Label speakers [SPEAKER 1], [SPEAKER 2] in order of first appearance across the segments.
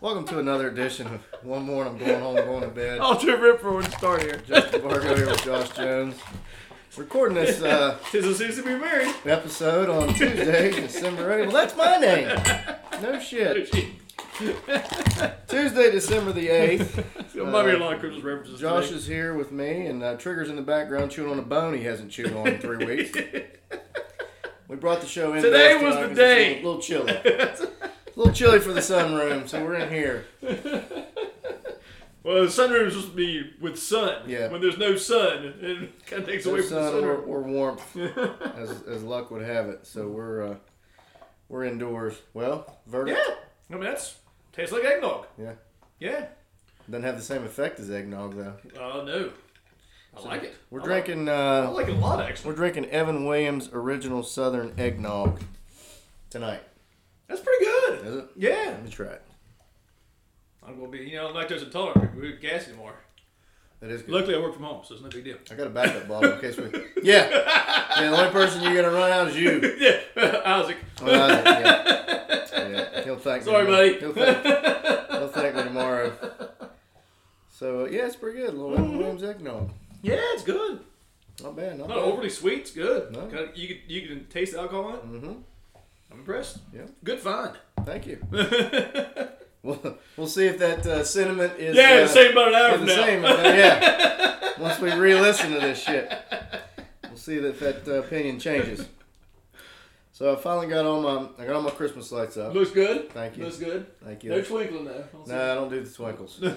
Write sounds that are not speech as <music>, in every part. [SPEAKER 1] Welcome to another edition of One More and I'm Going Home, Going to Bed.
[SPEAKER 2] I'll do rip for one start here.
[SPEAKER 1] Justin Bargo here with Josh Jones. Recording this uh,
[SPEAKER 2] Tis a season to be <laughs> married.
[SPEAKER 1] episode on Tuesday, December 8th. Well, that's my name. No shit. Tuesday, December the 8th.
[SPEAKER 2] It might be a lot of Christmas references.
[SPEAKER 1] Josh is here with me, and uh, Trigger's in the background chewing on a bone he hasn't chewed on in three weeks. We brought the show in.
[SPEAKER 2] Today
[SPEAKER 1] last
[SPEAKER 2] was
[SPEAKER 1] night
[SPEAKER 2] the
[SPEAKER 1] 'cause it's
[SPEAKER 2] day.
[SPEAKER 1] A little, little chilly. a little chilly for the sunroom, so we're in here.
[SPEAKER 2] Well, the sunroom is supposed to be with sun.
[SPEAKER 1] Yeah.
[SPEAKER 2] When there's no sun, <laughs> it kind of takes away
[SPEAKER 1] no
[SPEAKER 2] from the
[SPEAKER 1] sun or,
[SPEAKER 2] sunroom.
[SPEAKER 1] uh, or
[SPEAKER 2] <laughs>
[SPEAKER 1] warmth, as, as luck would have it. So we're uh, we're indoors. Well,
[SPEAKER 2] Yeah.
[SPEAKER 1] verdict
[SPEAKER 2] I mean, that's tastes like eggnog.
[SPEAKER 1] Yeah.
[SPEAKER 2] Yeah.
[SPEAKER 1] doesn't have the same effect as eggnog though.
[SPEAKER 2] Oh, no. I like it.
[SPEAKER 1] We're
[SPEAKER 2] I like-
[SPEAKER 1] drinking
[SPEAKER 2] I
[SPEAKER 1] uh,
[SPEAKER 2] like it a lot,
[SPEAKER 1] we're
[SPEAKER 2] actually.
[SPEAKER 1] drinking Evan Williams original Southern eggnog tonight.
[SPEAKER 2] That's pretty good.
[SPEAKER 1] Is it?
[SPEAKER 2] Yeah.
[SPEAKER 1] Let me try it.
[SPEAKER 2] I'm going to be, you know, I'm lactose intolerant. We don't gas anymore.
[SPEAKER 1] That is good.
[SPEAKER 2] Luckily, I work from home, so it's no
[SPEAKER 1] <laughs>
[SPEAKER 2] big deal.
[SPEAKER 1] I got a backup bottle in case we. <laughs> Yeah. yeah. The only person you're gonna run out is
[SPEAKER 2] <laughs>
[SPEAKER 1] you.
[SPEAKER 2] yeah. Isaac.
[SPEAKER 1] Oh, Isaac, yeah. Yeah, He'll thank
[SPEAKER 2] Sorry,
[SPEAKER 1] me.
[SPEAKER 2] buddy.
[SPEAKER 1] He'll
[SPEAKER 2] <laughs>
[SPEAKER 1] thank, he'll thank me tomorrow. So uh, yeah, it's pretty good. Little Evan Williams eggnog.
[SPEAKER 2] Yeah, it's good.
[SPEAKER 1] Not bad. Not,
[SPEAKER 2] Not overly sweet. It's good.
[SPEAKER 1] No.
[SPEAKER 2] Kinda- you can you can taste the alcohol in it.
[SPEAKER 1] hmm
[SPEAKER 2] I'm impressed.
[SPEAKER 1] Yeah.
[SPEAKER 2] Good find.
[SPEAKER 1] Thank
[SPEAKER 2] <laughs>
[SPEAKER 1] you.
[SPEAKER 2] yeah,
[SPEAKER 1] We'll, we'll see if that uh, sentiment is uh,
[SPEAKER 2] it's the same about an hour
[SPEAKER 1] is
[SPEAKER 2] from
[SPEAKER 1] the
[SPEAKER 2] now.
[SPEAKER 1] same. uh, yeah. Once we re-listen to this shit, we'll see if that uh, opinion changes. So I finally got all my I got all my Christmas lights up.
[SPEAKER 2] Looks good.
[SPEAKER 1] Thank you.
[SPEAKER 2] Looks good.
[SPEAKER 1] Thank
[SPEAKER 2] No
[SPEAKER 1] you.
[SPEAKER 2] twinkling though. I don't see
[SPEAKER 1] No, I don't do the twinkles. No
[SPEAKER 2] it.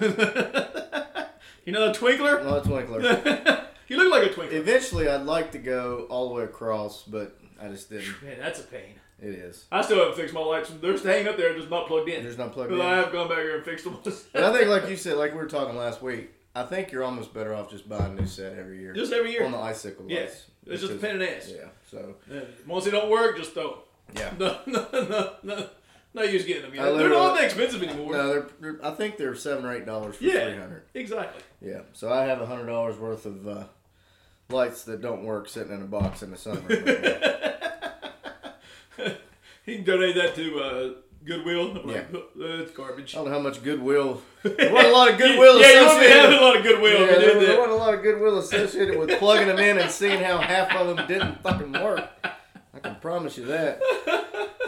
[SPEAKER 2] you know
[SPEAKER 1] <laughs>
[SPEAKER 2] the twinkler? <laughs>
[SPEAKER 1] twinkler.
[SPEAKER 2] you look like a twinkler.
[SPEAKER 1] Eventually, I'd like to go all the way across, but I just didn't.
[SPEAKER 2] Man, that's a pain.
[SPEAKER 1] It is.
[SPEAKER 2] I still haven't fixed my lights. They're just hanging up there, just not plugged in.
[SPEAKER 1] There's not plugged
[SPEAKER 2] 'Cause
[SPEAKER 1] in.
[SPEAKER 2] I have gone back here and fixed them. <laughs>
[SPEAKER 1] But I think, like you said, like we were talking last week, I think you're almost better off just buying a new set every year.
[SPEAKER 2] just every year.
[SPEAKER 1] on the icicle
[SPEAKER 2] Yeah.
[SPEAKER 1] lights.
[SPEAKER 2] it's just a
[SPEAKER 1] Because-
[SPEAKER 2] pain in the ass.
[SPEAKER 1] Yeah. So
[SPEAKER 2] Yeah. Once they don't <laughs> work, just throw 'em.
[SPEAKER 1] yeah.
[SPEAKER 2] No, no, no, no. No use getting them. You
[SPEAKER 1] I
[SPEAKER 2] know? They're
[SPEAKER 1] literally-
[SPEAKER 2] not that expensive anymore.
[SPEAKER 1] No, they're, they're- I think they're seven or eight dollars for
[SPEAKER 2] Yeah.
[SPEAKER 1] three hundred.
[SPEAKER 2] Exactly.
[SPEAKER 1] Yeah. So I have a hundred dollars worth of uh, lights that don't work sitting in a box in the
[SPEAKER 2] <laughs>
[SPEAKER 1] summer.
[SPEAKER 2] He can donate that to uh, Goodwill. I'm like,
[SPEAKER 1] Yeah.
[SPEAKER 2] "Uh, it's garbage.
[SPEAKER 1] I don't know how much goodwill. There wasn't a lot of goodwill
[SPEAKER 2] yeah, you wouldn't be
[SPEAKER 1] associated.
[SPEAKER 2] having a lot of goodwill
[SPEAKER 1] yeah,
[SPEAKER 2] if you
[SPEAKER 1] there,
[SPEAKER 2] did
[SPEAKER 1] there
[SPEAKER 2] that.
[SPEAKER 1] wasn't a lot of goodwill associated with plugging them in and seeing how half of them didn't fucking work. I can promise you that.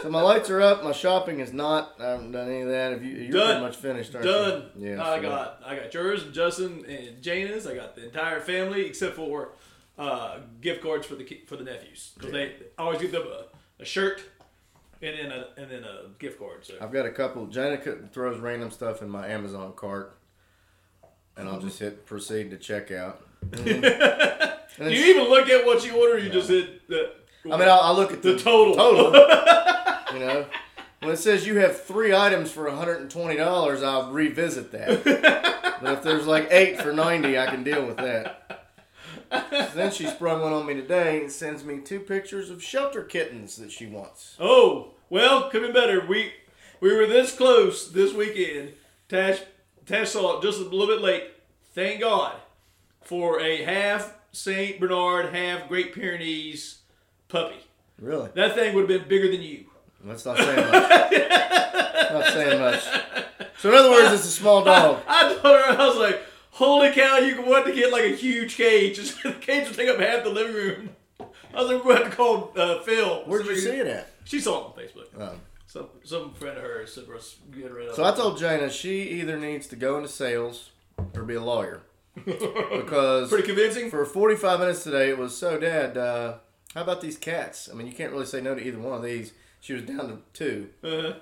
[SPEAKER 1] So my lights are up. My shopping is not. I haven't done any of that. If you, you're
[SPEAKER 2] Done.
[SPEAKER 1] pretty much finished, aren't
[SPEAKER 2] Done. Oh,
[SPEAKER 1] you? Yeah.
[SPEAKER 2] I
[SPEAKER 1] so-
[SPEAKER 2] got I got yours and Justin and Jana's. I got the entire family except for uh, gift cards for the ki- for the nephews because they always give them a, a shirt and then a, and then a gift card. So
[SPEAKER 1] I've got a couple. Janica throws random stuff in my Amazon cart, and I'll just hit proceed to checkout.
[SPEAKER 2] do Mm-hmm. you even look at what you order? Or you just hit the.
[SPEAKER 1] I mean, I'll, I'll look at the,
[SPEAKER 2] The total. <laughs>
[SPEAKER 1] Total. you know, when it says you have three items for one hundred and twenty dollars, I'll revisit that. but if there's like eight for ninety, I can deal with that. then she sprung one on me today and sends me two pictures of shelter kittens that she wants.
[SPEAKER 2] Oh, well, could be better. We we were this close this weekend. Tash Tash saw it just a little bit late. Thank God for a half Saint Bernard, half Great Pyrenees puppy.
[SPEAKER 1] Really?
[SPEAKER 2] That thing would have been bigger than you.
[SPEAKER 1] That's not saying much. not saying much. So in other words, it's a small dog.
[SPEAKER 2] I told her I was like, "Holy cow! You can want to get like a huge cage. <laughs> the cage will take up half the living room." I was like, "We're going to call uh, Phil."
[SPEAKER 1] Where'd you see it at?
[SPEAKER 2] She saw it on Facebook.
[SPEAKER 1] Um,
[SPEAKER 2] Some some friend of hers said, "Let's get rid of."
[SPEAKER 1] so I told Jana she either needs to go into sales or be a lawyer because
[SPEAKER 2] Pretty convincing.
[SPEAKER 1] for 45 minutes today it was so dad. Uh, how about these cats? I mean, you can't really say no to either one of these. She was down to two.
[SPEAKER 2] Uh,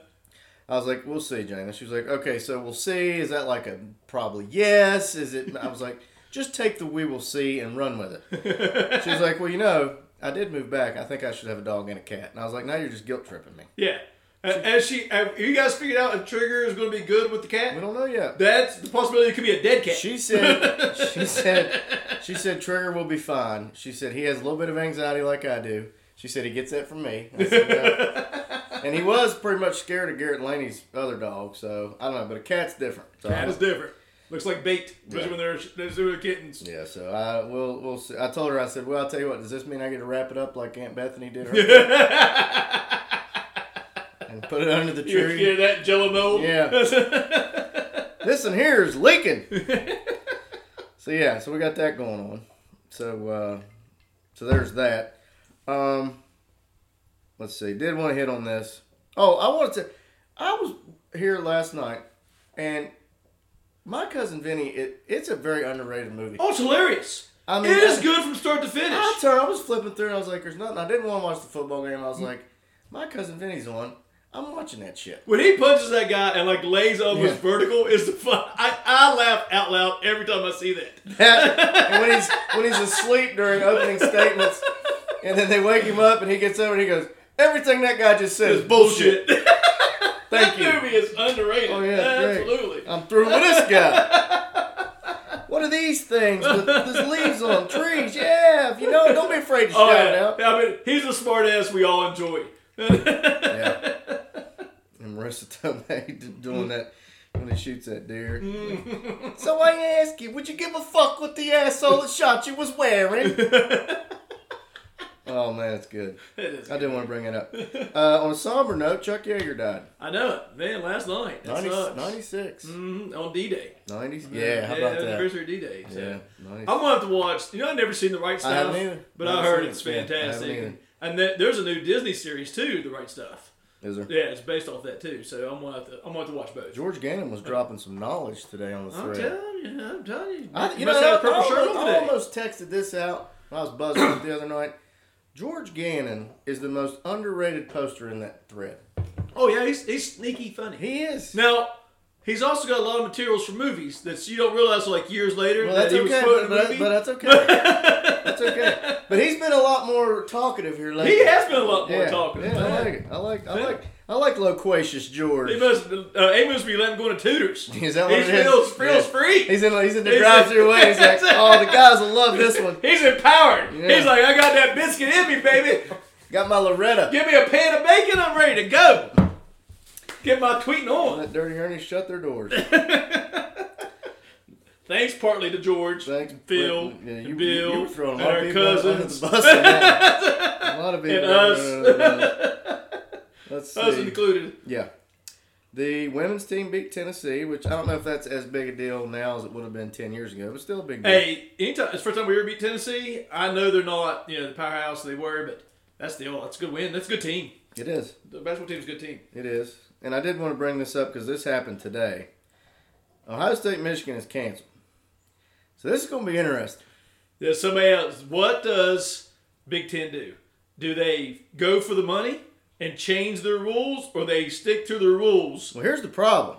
[SPEAKER 1] I was like, we'll see, Jana. She was like, okay, so we'll see. Is that like a probably yes? Is it? I was like, just take the we will see and run with it. she was like, well, you know, I did move back. I think I should have a dog and a cat. And I was like, now you're just guilt tripping me.
[SPEAKER 2] <laughs> Yeah. And, and she, have you guys figured out if Trigger is going to be good with the
[SPEAKER 1] We
[SPEAKER 2] cat?
[SPEAKER 1] don't know yet.
[SPEAKER 2] That's the possibility. It could be a dead cat.
[SPEAKER 1] She said, she said, she said, Trigger will be fine. She said he has a little bit of anxiety like I do. She said he gets that from me. I said, "No." and he was pretty much scared of Garrett Laney's other dog, so I don't know. But a cat's different. So I
[SPEAKER 2] Cat
[SPEAKER 1] don't-
[SPEAKER 2] is different. Looks like bait, especially
[SPEAKER 1] Yeah.
[SPEAKER 2] when they're, they're doing kittens.
[SPEAKER 1] yeah, so I will. We'll see. I told her. I said, "Well, I'll tell you what. Does this mean I get to wrap it up like Aunt Bethany did?" Her? and put it under the
[SPEAKER 2] You
[SPEAKER 1] tree.
[SPEAKER 2] hear that jello mold? <laughs> Yeah.
[SPEAKER 1] This in here is leaking. so yeah, so we got that going on. So uh, so there's that. Um, let's see. Did want to hit on this. Oh, I wanted to. I was here last night, and my cousin Vinny. It, it's a very underrated movie.
[SPEAKER 2] oh, it's hilarious.
[SPEAKER 1] I
[SPEAKER 2] it is
[SPEAKER 1] I-
[SPEAKER 2] good from start to finish.
[SPEAKER 1] I turned. I was flipping through, and I was like, "There's nothing." I didn't want to watch the football game. I was like, "My cousin Vinny's on. I'm watching that shit."
[SPEAKER 2] When he punches that guy and like lays up his
[SPEAKER 1] Yeah.
[SPEAKER 2] vertical, is the fun. I, I laugh out loud every time I see that.
[SPEAKER 1] and when he's when he's asleep during opening statements, and then they wake him up, and he gets over and he goes, "Everything that guy just said is
[SPEAKER 2] It's
[SPEAKER 1] bullshit."
[SPEAKER 2] <laughs> bullshit.
[SPEAKER 1] Thank
[SPEAKER 2] that
[SPEAKER 1] you.
[SPEAKER 2] movie is underrated.
[SPEAKER 1] Oh, yeah, it's great.
[SPEAKER 2] absolutely.
[SPEAKER 1] I'm through with this guy. What are these things with these leaves on trees? Yeah, if you know, don't be afraid to shout
[SPEAKER 2] Oh,
[SPEAKER 1] it
[SPEAKER 2] yeah.
[SPEAKER 1] out.
[SPEAKER 2] I mean, he's a smart ass we all enjoy. <laughs>
[SPEAKER 1] Yeah. And Marissa Tomei <laughs> d- doing that when he shoots that deer. so I ask you, would you give a fuck what the asshole that shot you was wearing? oh man, it's good.
[SPEAKER 2] It is.
[SPEAKER 1] I didn't want to bring it up. Uh, on a somber note, Chuck Yeager died.
[SPEAKER 2] I know it, man. Last night, that
[SPEAKER 1] 90,
[SPEAKER 2] sucks.
[SPEAKER 1] 96.
[SPEAKER 2] Mhm, on D Day.
[SPEAKER 1] 90s? Mm. Yeah, Oh. how about that?
[SPEAKER 2] Anniversary D Day. So.
[SPEAKER 1] Yeah, 90s.
[SPEAKER 2] I'm gonna have to watch. You know, I've never seen the right
[SPEAKER 1] I
[SPEAKER 2] stuff,
[SPEAKER 1] haven't either.
[SPEAKER 2] but
[SPEAKER 1] I
[SPEAKER 2] I,
[SPEAKER 1] haven't
[SPEAKER 2] heard
[SPEAKER 1] seen
[SPEAKER 2] it's
[SPEAKER 1] it. Yeah, I haven't
[SPEAKER 2] fantastic.
[SPEAKER 1] either.
[SPEAKER 2] and that, there's a new Disney series too, the right stuff.
[SPEAKER 1] Is there?
[SPEAKER 2] Yeah, it's based off that too. So I'm gonna have to, I'm gonna have to watch both.
[SPEAKER 1] George Gannon was dropping some knowledge today on the
[SPEAKER 2] I'm
[SPEAKER 1] thread.
[SPEAKER 2] telling you, I'm telling you.
[SPEAKER 1] I, you know,
[SPEAKER 2] must
[SPEAKER 1] I,
[SPEAKER 2] have a purple
[SPEAKER 1] I
[SPEAKER 2] shirt
[SPEAKER 1] almost,
[SPEAKER 2] on
[SPEAKER 1] I
[SPEAKER 2] today.
[SPEAKER 1] almost texted this out when I was buzzing it the other night. George Gannon is the most underrated poster in that thread.
[SPEAKER 2] Oh yeah, he's, he's sneaky funny.
[SPEAKER 1] He is.
[SPEAKER 2] Now, he's also got a lot of materials for movies that you don't realize like years later
[SPEAKER 1] Well,
[SPEAKER 2] that
[SPEAKER 1] that's
[SPEAKER 2] he was
[SPEAKER 1] okay,
[SPEAKER 2] quoting
[SPEAKER 1] but,
[SPEAKER 2] a movie.
[SPEAKER 1] but that's okay. that's <laughs> okay. But he's been a lot more talkative here lately.
[SPEAKER 2] he has been a lot more
[SPEAKER 1] uh, yeah,
[SPEAKER 2] talking.
[SPEAKER 1] Yeah, I like it. I like. I
[SPEAKER 2] Yeah.
[SPEAKER 1] like. I like loquacious
[SPEAKER 2] He
[SPEAKER 1] George.
[SPEAKER 2] must, uh, Amos be letting him go to tutors.
[SPEAKER 1] <laughs> Is that what
[SPEAKER 2] he
[SPEAKER 1] it is?
[SPEAKER 2] feels, feels
[SPEAKER 1] Yeah.
[SPEAKER 2] free.
[SPEAKER 1] He's in. He's in the
[SPEAKER 2] He's in-
[SPEAKER 1] drive-through way. He's
[SPEAKER 2] <laughs>
[SPEAKER 1] like, oh, the guys will love this one.
[SPEAKER 2] He's empowered.
[SPEAKER 1] Yeah.
[SPEAKER 2] He's like, I got that biscuit in me, baby.
[SPEAKER 1] Got my Loretta.
[SPEAKER 2] Give me a pan of bacon. I'm ready to go. Get my tweeting on.
[SPEAKER 1] Let Dirty Ernie shut their doors.
[SPEAKER 2] Thanks partly to George,
[SPEAKER 1] Thanks,
[SPEAKER 2] Phil,
[SPEAKER 1] Yeah, you,
[SPEAKER 2] and
[SPEAKER 1] you-
[SPEAKER 2] Bill,
[SPEAKER 1] you were throwing a
[SPEAKER 2] and
[SPEAKER 1] lot of
[SPEAKER 2] our
[SPEAKER 1] people under
[SPEAKER 2] cousins,
[SPEAKER 1] the bus. on
[SPEAKER 2] <laughs>
[SPEAKER 1] that. a lot of people.
[SPEAKER 2] And
[SPEAKER 1] under
[SPEAKER 2] us.
[SPEAKER 1] the bus. Let's
[SPEAKER 2] us
[SPEAKER 1] see.
[SPEAKER 2] included.
[SPEAKER 1] Yeah, the women's team beat Tennessee, which I don't know if that's as big a deal now as it would have been ten years ago, but still a big deal.
[SPEAKER 2] Hey, anytime it's the first time we ever beat Tennessee. I know they're not, you know, the powerhouse they were, but that's the oh, that's a good win. That's a good team.
[SPEAKER 1] It is.
[SPEAKER 2] The basketball team's a good team.
[SPEAKER 1] It is. And I did want to bring this up because this happened today. Ohio State, Michigan is canceled. So this is going to be interesting.
[SPEAKER 2] There's somebody else. What does Big Ten do? Do they go for the money and change their rules, or they stick to their rules?
[SPEAKER 1] Well, here's the problem.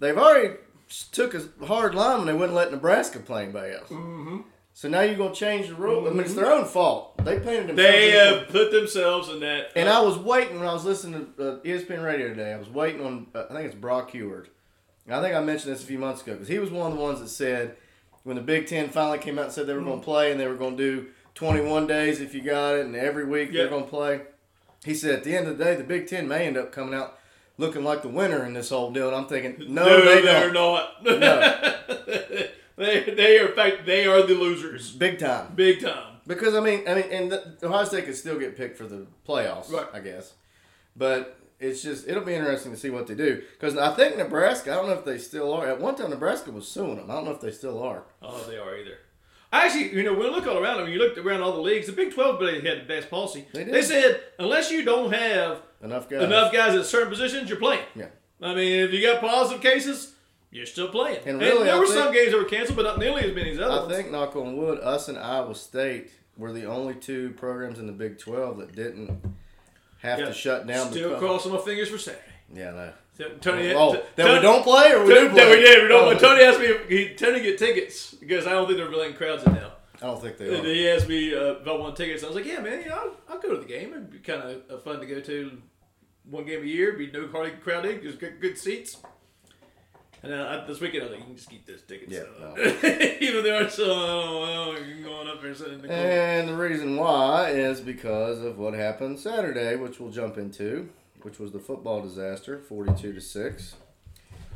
[SPEAKER 1] They've already s- took a hard line when they wouldn't let Nebraska play anybody else. Mm-hmm. So now you're going to change the rule. I mean, it's their own fault. They painted themselves.
[SPEAKER 2] Mm-hmm. They
[SPEAKER 1] in the-
[SPEAKER 2] have put themselves in that.
[SPEAKER 1] and I was waiting when I was listening to uh, ESPN radio today. I was waiting on, uh, I think it's Brock Heward. And I think I mentioned this a few months ago because he was one of the ones that said when the Big Ten finally came out and said they were going to play and they were going to do 21 days if you got it and every week they're
[SPEAKER 2] Yep.
[SPEAKER 1] going to play. He said at the end of the day, the Big Ten may end up coming out looking like the winner in this whole deal. And I'm <laughs> thinking, no, they
[SPEAKER 2] are
[SPEAKER 1] don't.
[SPEAKER 2] not.
[SPEAKER 1] No.
[SPEAKER 2] <laughs> they, they are. In fact, they are the losers,
[SPEAKER 1] Big time.
[SPEAKER 2] big time.
[SPEAKER 1] Because I mean, I mean, and the, Ohio State could still get picked for the playoffs,
[SPEAKER 2] Right.
[SPEAKER 1] I guess. But it's just it'll be interesting to see what they do because I think Nebraska. I don't know if they still are. At one time, Nebraska was suing them. I don't know if they still are.
[SPEAKER 2] Oh, they are either. Actually, you know, when you look all around, when you looked around all the leagues, the Big Twelve really had the best policy.
[SPEAKER 1] They did.
[SPEAKER 2] said unless you don't have
[SPEAKER 1] Enough guys.
[SPEAKER 2] enough guys at certain positions, you're playing.
[SPEAKER 1] Yeah.
[SPEAKER 2] I mean, if you got positive cases, you're still playing.
[SPEAKER 1] And really,
[SPEAKER 2] there
[SPEAKER 1] I
[SPEAKER 2] were
[SPEAKER 1] think-
[SPEAKER 2] some games that were canceled, but not nearly as many as
[SPEAKER 1] I
[SPEAKER 2] others.
[SPEAKER 1] think knock on wood, us and Iowa State were the only two programs in the Big Twelve that didn't have
[SPEAKER 2] Yeah.
[SPEAKER 1] to shut down.
[SPEAKER 2] Still
[SPEAKER 1] because,
[SPEAKER 2] crossing my fingers for Saturday.
[SPEAKER 1] Yeah, no.
[SPEAKER 2] Tony,
[SPEAKER 1] Oh, that we
[SPEAKER 2] Tony-
[SPEAKER 1] don't play or we do
[SPEAKER 2] Tony,
[SPEAKER 1] play.
[SPEAKER 2] that we did. We don't,
[SPEAKER 1] Oh,
[SPEAKER 2] but Tony asked me. If, he, Tony get tickets because I don't think they're letting crowds in now.
[SPEAKER 1] I don't think they
[SPEAKER 2] And
[SPEAKER 1] are.
[SPEAKER 2] he asked me uh, if I want tickets. I was like, yeah, man, you know, I'll, I'll go to the game. It'd be kind of uh, fun to go to one game a year. Be no hardly crowded. Just good, good seats. And then I, this weekend, I was like, you can just keep those tickets.
[SPEAKER 1] Yeah,
[SPEAKER 2] So, <laughs> even though I so oh, well, you're going up there sitting in the corner.
[SPEAKER 1] And the reason why is because of what happened Saturday, which we'll jump into, which was the football disaster, forty-two to six.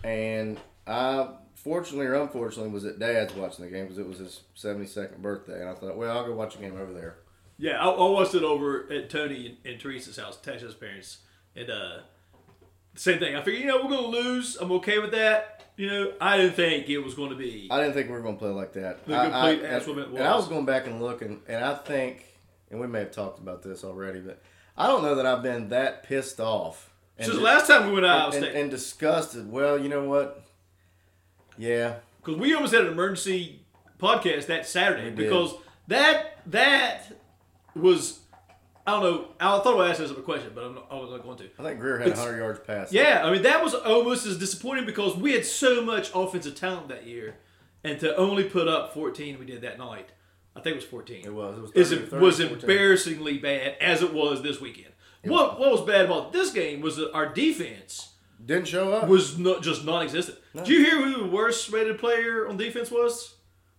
[SPEAKER 1] And I, fortunately or unfortunately, was at Dad's watching the game because it was his seventy-second birthday, and I thought, well, I'll go watch a game over there.
[SPEAKER 2] Yeah, I, I watched it over at Tony and, and Teresa's house, Tasha's parents, and uh, Same thing. I figured, you know, we're gonna lose. I'm okay with that. You know, I didn't think it was going to be.
[SPEAKER 1] I didn't think we were going to play like that.
[SPEAKER 2] The
[SPEAKER 1] I,
[SPEAKER 2] good
[SPEAKER 1] I-
[SPEAKER 2] play- that's
[SPEAKER 1] and-
[SPEAKER 2] what it
[SPEAKER 1] And I
[SPEAKER 2] was.
[SPEAKER 1] was going back and looking, and I think, and we may have talked about this already, but I don't know that I've been that pissed off and,
[SPEAKER 2] Since the last time we went to Iowa
[SPEAKER 1] and,
[SPEAKER 2] State,
[SPEAKER 1] and disgusted. Well, you know what? Yeah,
[SPEAKER 2] because we almost had an emergency podcast that Saturday
[SPEAKER 1] did.
[SPEAKER 2] because that that was I don't know. I thought I asked this as a question, but I'm not, I was not going to.
[SPEAKER 1] I think Greer had 100 yards passed.
[SPEAKER 2] Yeah, I mean that was almost as disappointing because we had so much offensive talent that year, and to only put up 14, we did that night. I think it was 14.
[SPEAKER 1] It was. It was
[SPEAKER 2] Is
[SPEAKER 1] 30 or
[SPEAKER 2] it
[SPEAKER 1] 30,
[SPEAKER 2] was
[SPEAKER 1] 14.
[SPEAKER 2] embarrassingly bad as it was this weekend. What what was bad about this game was that our defense
[SPEAKER 1] didn't show up.
[SPEAKER 2] was not, just non-existent. Did you hear who the worst rated player on defense was?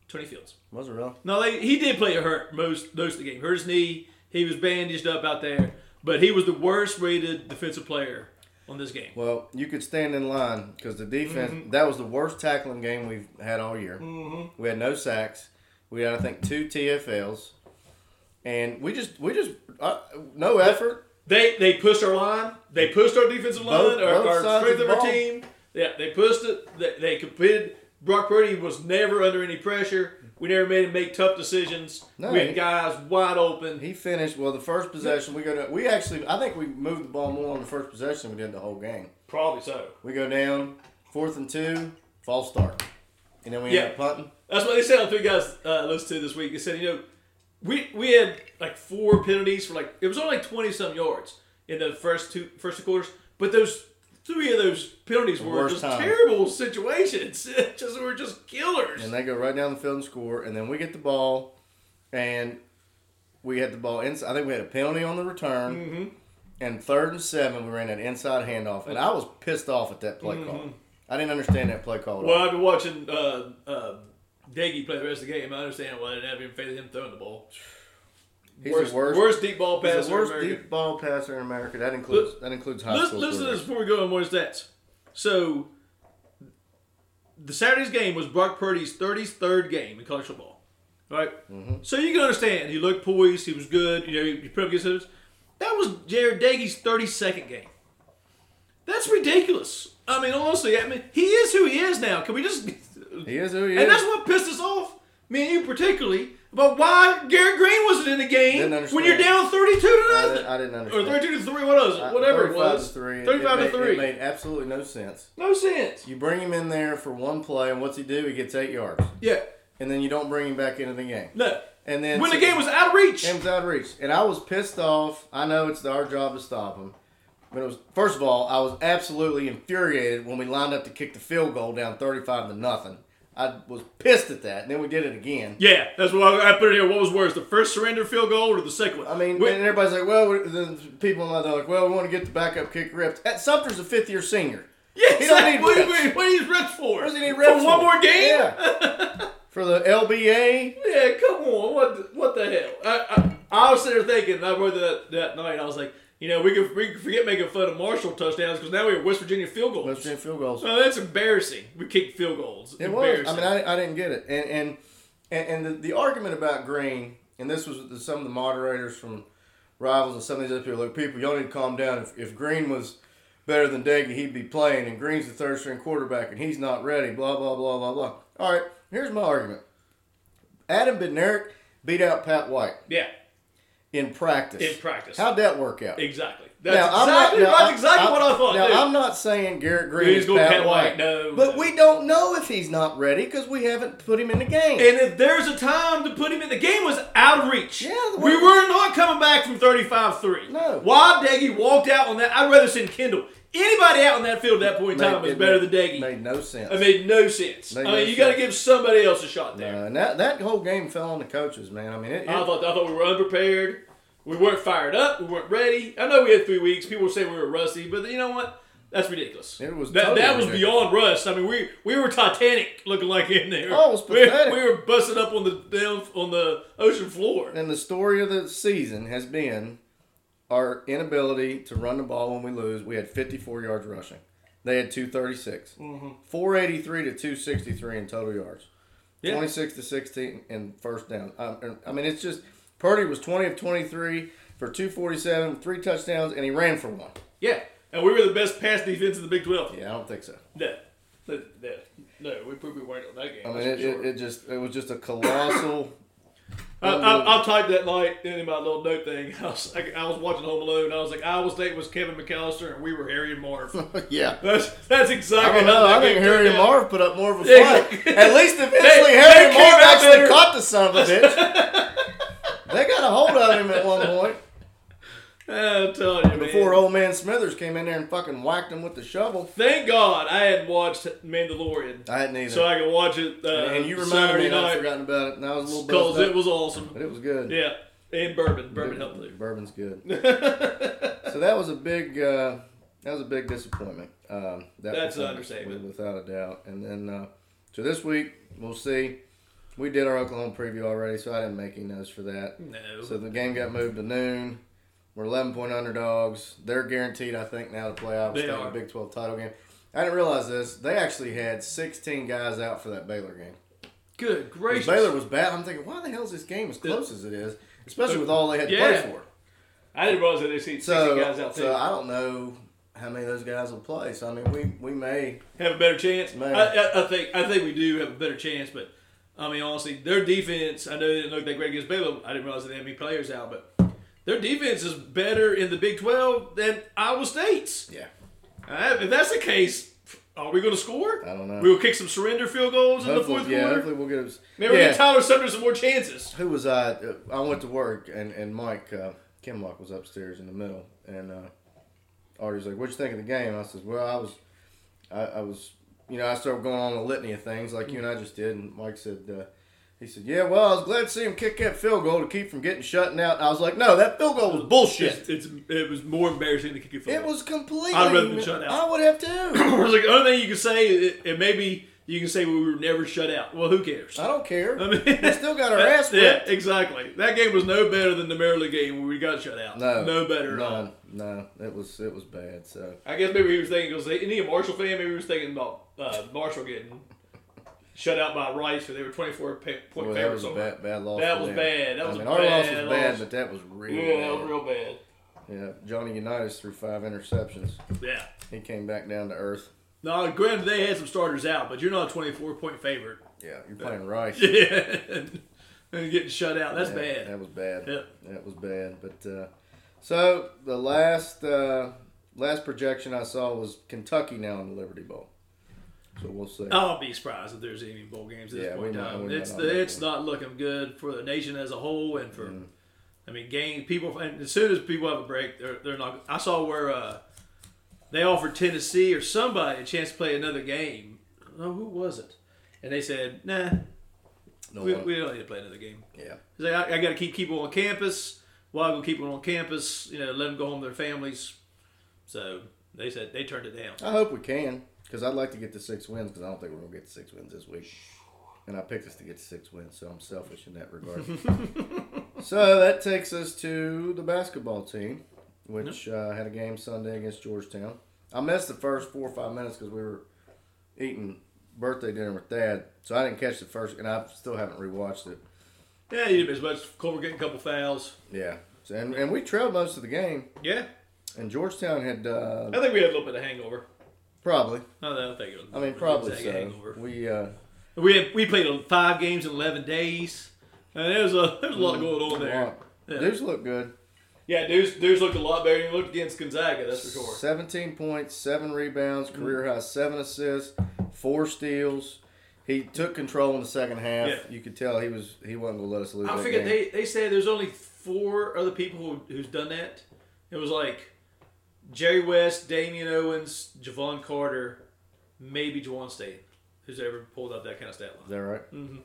[SPEAKER 2] Tony Fields.
[SPEAKER 1] Was it real?
[SPEAKER 2] No, they, he did play hurt most most of the game. Hurt his knee. He was bandaged up out there, but he was the worst rated defensive player on this game.
[SPEAKER 1] Well, you could stand in line because the defense,
[SPEAKER 2] Mm-hmm.
[SPEAKER 1] that was the worst tackling game we've had all year. We had no sacks. We had, I think, two TFLs. And we just, we just, uh, no effort.
[SPEAKER 2] They they pushed our line. They pushed our defensive line.
[SPEAKER 1] Both-
[SPEAKER 2] our
[SPEAKER 1] both
[SPEAKER 2] our
[SPEAKER 1] sides
[SPEAKER 2] strength
[SPEAKER 1] of
[SPEAKER 2] of
[SPEAKER 1] the
[SPEAKER 2] our
[SPEAKER 1] ball.
[SPEAKER 2] team. Yeah, they pushed it. They, they competed. Brock Purdy was never under any pressure. We never made him make tough decisions.
[SPEAKER 1] No,
[SPEAKER 2] we had
[SPEAKER 1] he-
[SPEAKER 2] guys wide open.
[SPEAKER 1] He finished, well, the first possession, we go to, we actually, I think we moved the ball more on the first possession than we did the whole game.
[SPEAKER 2] Probably so.
[SPEAKER 1] We go down, fourth and two, false start. And then we
[SPEAKER 2] Yeah.
[SPEAKER 1] end up punting.
[SPEAKER 2] That's what they said on three guys uh, list two this week. They said, you know, we we had like four penalties for like it was only like twenty some yards in the first two first two quarters, but those three of those penalties were
[SPEAKER 1] worst
[SPEAKER 2] just
[SPEAKER 1] time.
[SPEAKER 2] terrible <laughs> situations. just were just killers.
[SPEAKER 1] And they go right down the field and score. And then we get the ball, and we had the ball inside. I think we had a penalty on the return. And third and seven, we ran an inside handoff. And I was pissed off at that play call. I didn't understand that play call at all.
[SPEAKER 2] Well, I've been watching uh, uh, Deggy play the rest of the game. I understand why I didn't have any faith in him throwing the ball.
[SPEAKER 1] He's
[SPEAKER 2] worst,
[SPEAKER 1] the worst,
[SPEAKER 2] worst deep ball
[SPEAKER 1] he's the
[SPEAKER 2] passer in
[SPEAKER 1] worst
[SPEAKER 2] America.
[SPEAKER 1] deep ball passer in America. That includes that includes high
[SPEAKER 2] Listen,
[SPEAKER 1] school.
[SPEAKER 2] listen to this
[SPEAKER 1] quarterbacks.
[SPEAKER 2] before we go on more stats. So, the Saturday's game was Brock Purdy's 33rd game in college football, right?
[SPEAKER 1] Mm-hmm.
[SPEAKER 2] So you can understand he looked poised, he was good. You know, he, he put up good numbers. That was Jared Dagey's 32nd game. That's ridiculous. I mean, honestly, I mean, he is who he is now. Can we just?
[SPEAKER 1] <laughs> He is who he
[SPEAKER 2] And that's
[SPEAKER 1] is.
[SPEAKER 2] what pissed us off, me and you particularly, about why Garrett Green wasn't in the game
[SPEAKER 1] Didn't understand.
[SPEAKER 2] when you're down 32 to
[SPEAKER 1] I,
[SPEAKER 2] nothing.
[SPEAKER 1] didn't, I didn't
[SPEAKER 2] or
[SPEAKER 1] understand.
[SPEAKER 2] 32 to 3, what was it? Whatever it
[SPEAKER 1] 35
[SPEAKER 2] was.
[SPEAKER 1] Uh, To three. It-
[SPEAKER 2] 35
[SPEAKER 1] it
[SPEAKER 2] to
[SPEAKER 1] made-
[SPEAKER 2] 3.
[SPEAKER 1] It made absolutely no sense.
[SPEAKER 2] no sense.
[SPEAKER 1] You bring him in there for one play, and what's he do? He gets eight yards,
[SPEAKER 2] Yeah.
[SPEAKER 1] and then you don't bring him back into the game.
[SPEAKER 2] No.
[SPEAKER 1] And then
[SPEAKER 2] When the game was out of reach.
[SPEAKER 1] Game's out of reach, and I was pissed off. I know it's our job to stop him, but it was first of all, I was absolutely infuriated when we lined up to kick the field goal down thirty-five to nothing. I was pissed at that, and then we did it again.
[SPEAKER 2] yeah, that's what I, I put it here. What was worse, the first surrender field goal or the second one?
[SPEAKER 1] I mean,
[SPEAKER 2] We- <laughs>
[SPEAKER 1] and everybody's like, "Well, we- the people in my like, well, we want to get the backup kick ripped." At Sumter's a fifth-year senior.
[SPEAKER 2] yes,
[SPEAKER 1] he don't need
[SPEAKER 2] what, do you
[SPEAKER 1] reps.
[SPEAKER 2] mean? what do you need reps for?
[SPEAKER 1] Doesn't he ref
[SPEAKER 2] For one more game?
[SPEAKER 1] Yeah. For the LBA,
[SPEAKER 2] <laughs> Yeah, come on. What the, what the hell? I, I, I was sitting there thinking, I wrote that that night, I was like, you know, we can, we can forget making fun of Marshall touchdowns because now we have West Virginia field goals.
[SPEAKER 1] West Virginia field goals.
[SPEAKER 2] Oh, that's embarrassing. We kicked field goals.
[SPEAKER 1] It was.
[SPEAKER 2] embarrassing.
[SPEAKER 1] I mean, I, I didn't get it. And and and, and the, the argument about Green, and this was the, some of the moderators from Rivals and some of these other people, like, people, y'all need to calm down. If, if Green was better than Deggy, he'd be playing, and Green's the third string quarterback, and he's not ready, blah, blah, blah, blah, blah. All right, here's my argument Adam Bednarik beat out Pat White
[SPEAKER 2] yeah,
[SPEAKER 1] in practice.
[SPEAKER 2] In practice.
[SPEAKER 1] How'd that work out?
[SPEAKER 2] exactly. That's
[SPEAKER 1] Now, I'm not-
[SPEAKER 2] exactly,
[SPEAKER 1] now,
[SPEAKER 2] that's
[SPEAKER 1] I'm-
[SPEAKER 2] exactly
[SPEAKER 1] I'm-
[SPEAKER 2] what I thought.
[SPEAKER 1] Now
[SPEAKER 2] dude.
[SPEAKER 1] I'm not saying Garrett Green
[SPEAKER 2] He's
[SPEAKER 1] is
[SPEAKER 2] gonna
[SPEAKER 1] Pat,
[SPEAKER 2] Pat White,
[SPEAKER 1] White,
[SPEAKER 2] no,
[SPEAKER 1] but
[SPEAKER 2] no.
[SPEAKER 1] we don't know if he's not ready because we haven't put him in the game.
[SPEAKER 2] And if there's a time to put him in, the game was out of reach.
[SPEAKER 1] Yeah, the-
[SPEAKER 2] we were not coming back from 35-3.
[SPEAKER 1] No.
[SPEAKER 2] Why Deggy walked out on that? I'd rather send Kendall. Anybody out on that field at that point in time
[SPEAKER 1] Made-
[SPEAKER 2] is
[SPEAKER 1] it
[SPEAKER 2] better
[SPEAKER 1] made-
[SPEAKER 2] than Deggy.
[SPEAKER 1] Made no sense.
[SPEAKER 2] it made no sense.
[SPEAKER 1] Made
[SPEAKER 2] I
[SPEAKER 1] no
[SPEAKER 2] mean, you got to
[SPEAKER 1] sense.
[SPEAKER 2] give somebody else a shot there.
[SPEAKER 1] Uh, and that, that whole game fell on the coaches, man. I mean, it, it-
[SPEAKER 2] I thought I thought we were unprepared. We weren't fired up. We weren't ready. I know we had three weeks. People were saying we were rusty, but you know what? That's ridiculous.
[SPEAKER 1] It was
[SPEAKER 2] that,
[SPEAKER 1] totally
[SPEAKER 2] that was
[SPEAKER 1] ridiculous.
[SPEAKER 2] beyond rust. I mean, we we were Titanic looking like in there.
[SPEAKER 1] Oh, it was
[SPEAKER 2] We-
[SPEAKER 1] pathetic.
[SPEAKER 2] We, were busting up on the down on the ocean floor.
[SPEAKER 1] and the story of the season has been our inability to run the ball when we lose. We had 54 yards rushing. They had 236,
[SPEAKER 2] Mm-hmm.
[SPEAKER 1] 483 to 263 in total yards,
[SPEAKER 2] Yeah.
[SPEAKER 1] 26 to 16 in first down. I, I mean, it's just Purdy was 20 of 23 for 247, three touchdowns, and he ran for one.
[SPEAKER 2] Yeah, And we were the best pass defense in the Big 12.
[SPEAKER 1] Yeah, I don't think so.
[SPEAKER 2] No. No, no, no, we proved we weren't on that game.
[SPEAKER 1] I mean,
[SPEAKER 2] that's
[SPEAKER 1] it,
[SPEAKER 2] for sure.
[SPEAKER 1] it, it just it was just a
[SPEAKER 2] <coughs>
[SPEAKER 1] colossal.
[SPEAKER 2] I, I, I typed that night in my little note thing. <laughs> I was, I, I was watching Home Alone. I was like, Iowa State was Kevin McAllister, and we were Harry and Marv.
[SPEAKER 1] <laughs> yeah.
[SPEAKER 2] That's, that's
[SPEAKER 1] I
[SPEAKER 2] exactly
[SPEAKER 1] don't know.
[SPEAKER 2] how that
[SPEAKER 1] I think
[SPEAKER 2] game
[SPEAKER 1] Harry
[SPEAKER 2] turned
[SPEAKER 1] and
[SPEAKER 2] out.
[SPEAKER 1] Marv put up more of a
[SPEAKER 2] Yeah.
[SPEAKER 1] fight. At least eventually
[SPEAKER 2] They-
[SPEAKER 1] Harry and
[SPEAKER 2] they came
[SPEAKER 1] Marv
[SPEAKER 2] out
[SPEAKER 1] actually
[SPEAKER 2] better.
[SPEAKER 1] caught the son of a bitch.
[SPEAKER 2] <laughs>
[SPEAKER 1] they got a hold of him at one point
[SPEAKER 2] Uh, I'm telling you,
[SPEAKER 1] before
[SPEAKER 2] man.
[SPEAKER 1] old man Smithers came in there and fucking whacked him with the shovel.
[SPEAKER 2] Thank God I had watched Mandalorian,
[SPEAKER 1] I hadn't either.
[SPEAKER 2] so I could watch it. Uh,
[SPEAKER 1] and you reminded
[SPEAKER 2] Saturday
[SPEAKER 1] me, and I'd
[SPEAKER 2] night
[SPEAKER 1] forgotten about it, and I was a little
[SPEAKER 2] because
[SPEAKER 1] buzzed
[SPEAKER 2] it
[SPEAKER 1] up,
[SPEAKER 2] was awesome.
[SPEAKER 1] but it was good.
[SPEAKER 2] Yeah, and bourbon, bourbon helped too.
[SPEAKER 1] Bourbon's
[SPEAKER 2] <laughs>
[SPEAKER 1] good. so that was a big uh, that was a big disappointment. Um, that
[SPEAKER 2] That's
[SPEAKER 1] performance,
[SPEAKER 2] an understatement.
[SPEAKER 1] without a doubt. And then uh, so this week we'll see. We did our Oklahoma preview already, so I didn't make any notes for that.
[SPEAKER 2] No,
[SPEAKER 1] So the game got moved to noon. We're 11 point underdogs. They're guaranteed, I think, now to play Iowa
[SPEAKER 2] They
[SPEAKER 1] State in the
[SPEAKER 2] are.
[SPEAKER 1] Big 12 title game. I didn't realize this. They actually had 16 guys out for that Baylor game.
[SPEAKER 2] good
[SPEAKER 1] 'Cause
[SPEAKER 2] gracious.
[SPEAKER 1] Baylor was bad. I'm thinking, why the hell is this game as close as it is, especially with all they had to
[SPEAKER 2] Yeah.
[SPEAKER 1] play for.
[SPEAKER 2] I didn't realize that they see
[SPEAKER 1] So,
[SPEAKER 2] guys out
[SPEAKER 1] so
[SPEAKER 2] there
[SPEAKER 1] I don't know how many of those guys will play. So I mean, we we may.
[SPEAKER 2] have a better chance. I,
[SPEAKER 1] Man.
[SPEAKER 2] I, I think I think we do have a better chance, but I mean honestly, their defense. I know they didn't look that great against Baylor. I didn't realize they had any players out, but their defense is better in the Big Twelve than Iowa State's.
[SPEAKER 1] Yeah,
[SPEAKER 2] Uh, if that's the case, are we going to score?
[SPEAKER 1] I don't know.
[SPEAKER 2] We will kick some surrender field goals in the
[SPEAKER 1] hopefully,
[SPEAKER 2] fourth
[SPEAKER 1] yeah,
[SPEAKER 2] quarter.
[SPEAKER 1] hopefully we'll get. us-
[SPEAKER 2] Maybe we
[SPEAKER 1] yeah.
[SPEAKER 2] get Tyler Sumner some more chances.
[SPEAKER 1] who was I? uh, I went to work, and and Mike uh, Kimlock was upstairs in the middle, and uh, Artie's like, "What'd you think of the game?" I says, "Well, I was, I, I was, you know, I started going on a litany of things like you and I just did." And Mike said, uh, "He said, yeah, well, I was glad to see him kick that field goal to keep from getting shut out." And I was like, "No, that field goal was bullshit.
[SPEAKER 2] It's, it's- it was more embarrassing to kick a field
[SPEAKER 1] It
[SPEAKER 2] goal.
[SPEAKER 1] was completely.
[SPEAKER 2] I'd rather been shut out.
[SPEAKER 1] I would have too.
[SPEAKER 2] <coughs> I was like, the only thing you can say, it, it maybe you can say we were never shut out. Well, who cares?
[SPEAKER 1] I don't care.
[SPEAKER 2] <laughs> I mean-
[SPEAKER 1] we Oh. still got
[SPEAKER 2] <laughs>
[SPEAKER 1] our ass whipped.
[SPEAKER 2] yeah, exactly. That game was no better than the Maryland game where we got shut out.
[SPEAKER 1] No,
[SPEAKER 2] no better. at all.
[SPEAKER 1] None. No, it was it was bad. So
[SPEAKER 2] I guess maybe he was thinking because any Marshall fan, maybe he was thinking about uh, Marshall getting shut out by Rice, so they were twenty four point
[SPEAKER 1] Boy, that
[SPEAKER 2] favorites.
[SPEAKER 1] was a
[SPEAKER 2] over-
[SPEAKER 1] bad, bad loss.
[SPEAKER 2] That
[SPEAKER 1] for
[SPEAKER 2] was
[SPEAKER 1] them.
[SPEAKER 2] bad. That was
[SPEAKER 1] I mean,
[SPEAKER 2] a
[SPEAKER 1] our loss
[SPEAKER 2] bad
[SPEAKER 1] was bad,
[SPEAKER 2] loss.
[SPEAKER 1] but that was real.
[SPEAKER 2] yeah, that was
[SPEAKER 1] bad.
[SPEAKER 2] real bad.
[SPEAKER 1] Yeah, Johnny Unitas threw five interceptions.
[SPEAKER 2] Yeah.
[SPEAKER 1] He came back down to earth.
[SPEAKER 2] No, granted they had some starters out, but you're not a twenty four point favorite. <laughs>
[SPEAKER 1] Yeah, you're playing Rice.
[SPEAKER 2] Yeah, and getting shut out. That's
[SPEAKER 1] Yeah,
[SPEAKER 2] bad.
[SPEAKER 1] That was bad.
[SPEAKER 2] Yeah.
[SPEAKER 1] That was bad. But uh, so the last uh, last projection I saw was Kentucky now in the Liberty Bowl. So we'll see.
[SPEAKER 2] I'll be surprised if there's any bowl games at
[SPEAKER 1] Yeah,
[SPEAKER 2] this point in
[SPEAKER 1] we might- we
[SPEAKER 2] time.
[SPEAKER 1] might
[SPEAKER 2] It's
[SPEAKER 1] not make
[SPEAKER 2] it's
[SPEAKER 1] one.
[SPEAKER 2] not looking good for the nation as a whole and for,
[SPEAKER 1] Mm.
[SPEAKER 2] I mean, game people. And as soon as people have a break, they're, they're not. I saw where uh, they offered Tennessee or somebody a chance to play another game. Oh, who was it? And they said, nah,
[SPEAKER 1] No
[SPEAKER 2] we,
[SPEAKER 1] one-
[SPEAKER 2] we don't need to play another game.
[SPEAKER 1] yeah.
[SPEAKER 2] He's like, I, I got to keep people on campus. Why go keep them on campus? You know, let them go home to their families. So they said they turned it down.
[SPEAKER 1] I hope we can because I'd like to get to six wins because I don't think we're gonna get to six wins this week. And I picked us to get to six wins, so I'm selfish in that
[SPEAKER 2] <laughs>
[SPEAKER 1] regard. so that takes us to the basketball team, which uh, had a game Sunday against Georgetown. I missed the first four or five minutes because we were eating birthday dinner with Dad, so I didn't catch the first, and I still haven't rewatched it.
[SPEAKER 2] Yeah, you did as much. Culver getting a couple fouls.
[SPEAKER 1] Yeah, so, and and we trailed most of the game,
[SPEAKER 2] Yeah,
[SPEAKER 1] and Georgetown had uh,
[SPEAKER 2] I think we had a little bit of hangover.
[SPEAKER 1] probably,
[SPEAKER 2] No, I don't think it was.
[SPEAKER 1] I mean, probably
[SPEAKER 2] it was a
[SPEAKER 1] so.
[SPEAKER 2] hangover.
[SPEAKER 1] We uh,
[SPEAKER 2] We had, we played five games in eleven days, and there's a there's a lot
[SPEAKER 1] Mm,
[SPEAKER 2] going on there. Yeah.
[SPEAKER 1] Dudes look good.
[SPEAKER 2] Yeah, dudes dudes looked a lot better than he looked against Gonzaga. That's for sure. Mm-hmm.
[SPEAKER 1] 17 points, seven rebounds, career high seven assists, four steals. He took control in the second half.
[SPEAKER 2] Yeah.
[SPEAKER 1] You could tell he was he wasn't gonna let us lose.
[SPEAKER 2] I
[SPEAKER 1] that
[SPEAKER 2] figured
[SPEAKER 1] game.
[SPEAKER 2] they they said there's only four other people who, who's done that. It was like Jerry West, Damian Owens, Javon Carter, maybe Juwan State, who's ever pulled up that kind of stat
[SPEAKER 1] Is
[SPEAKER 2] line.
[SPEAKER 1] that right?
[SPEAKER 2] Mhm.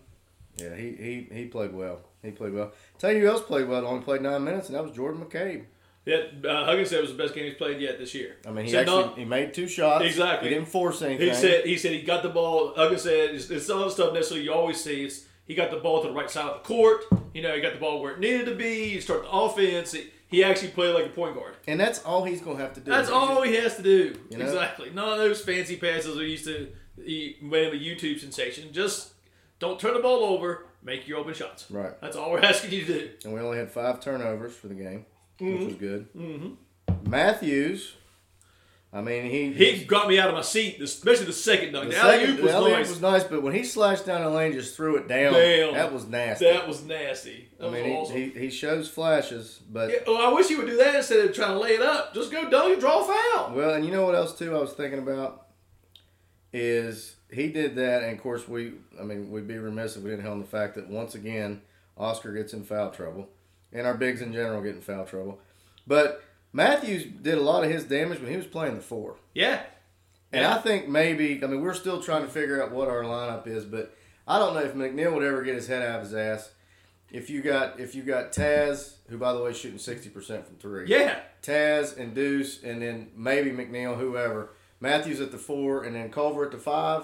[SPEAKER 1] Yeah, he, he he played well. He played well. Tell you who else played well. Only played nine minutes, and that was Jordan McCabe.
[SPEAKER 2] Yeah, uh, Huggins said it was the best game he's played yet this year.
[SPEAKER 1] I mean, he
[SPEAKER 2] Said
[SPEAKER 1] actually
[SPEAKER 2] not-
[SPEAKER 1] he made two shots.
[SPEAKER 2] Exactly.
[SPEAKER 1] He didn't force anything.
[SPEAKER 2] He said he said he got the ball. Like I said, it's, it's all the stuff necessarily you always see. It's, he got the ball to the right side of the court. You know, he got the ball where it needed to be. He started the offense. He, he actually played like a point guard.
[SPEAKER 1] and that's all he's gonna have to do.
[SPEAKER 2] That's all he has to do.
[SPEAKER 1] You know?
[SPEAKER 2] Exactly. None of those fancy passes we used to he made him a YouTube sensation. Just don't turn the ball over. Make your open shots.
[SPEAKER 1] Right.
[SPEAKER 2] That's all we're <laughs> asking you to do.
[SPEAKER 1] And we only had five turnovers for the game, which was good. Mm-hmm. Matthews I mean, he
[SPEAKER 2] Mm-hmm. He got me out of my seat, especially the second dunk.
[SPEAKER 1] the
[SPEAKER 2] The
[SPEAKER 1] second
[SPEAKER 2] alley-oop
[SPEAKER 1] the
[SPEAKER 2] was
[SPEAKER 1] alley-oop
[SPEAKER 2] nice.
[SPEAKER 1] was nice, but when he slashed down the lane, just threw it down.
[SPEAKER 2] Damn.
[SPEAKER 1] that was nasty.
[SPEAKER 2] That was nasty. That
[SPEAKER 1] I mean,
[SPEAKER 2] was
[SPEAKER 1] he,
[SPEAKER 2] awesome.
[SPEAKER 1] he, he shows flashes, but
[SPEAKER 2] Yeah, well, I wish he would do that instead of trying to lay it up. Just go dunk and draw a foul.
[SPEAKER 1] Well, and you know what else too? I was thinking about is he did that, and of course we. I mean, we'd be remiss if we didn't hit on the fact that once again Oscar gets in foul trouble, and our bigs in general get in foul trouble. But Matthews did a lot of his damage when he was playing the four,
[SPEAKER 2] Yeah.
[SPEAKER 1] and
[SPEAKER 2] Yeah.
[SPEAKER 1] I think maybe I mean we're still trying to figure out what our lineup is, but I don't know if McNeil would ever get his head out of his ass. If you got if you got Taz, who by the way is shooting sixty percent from three,
[SPEAKER 2] Yeah.
[SPEAKER 1] Taz and Deuce, and then maybe McNeil, whoever. Matthews at the four, and then Culver at the five.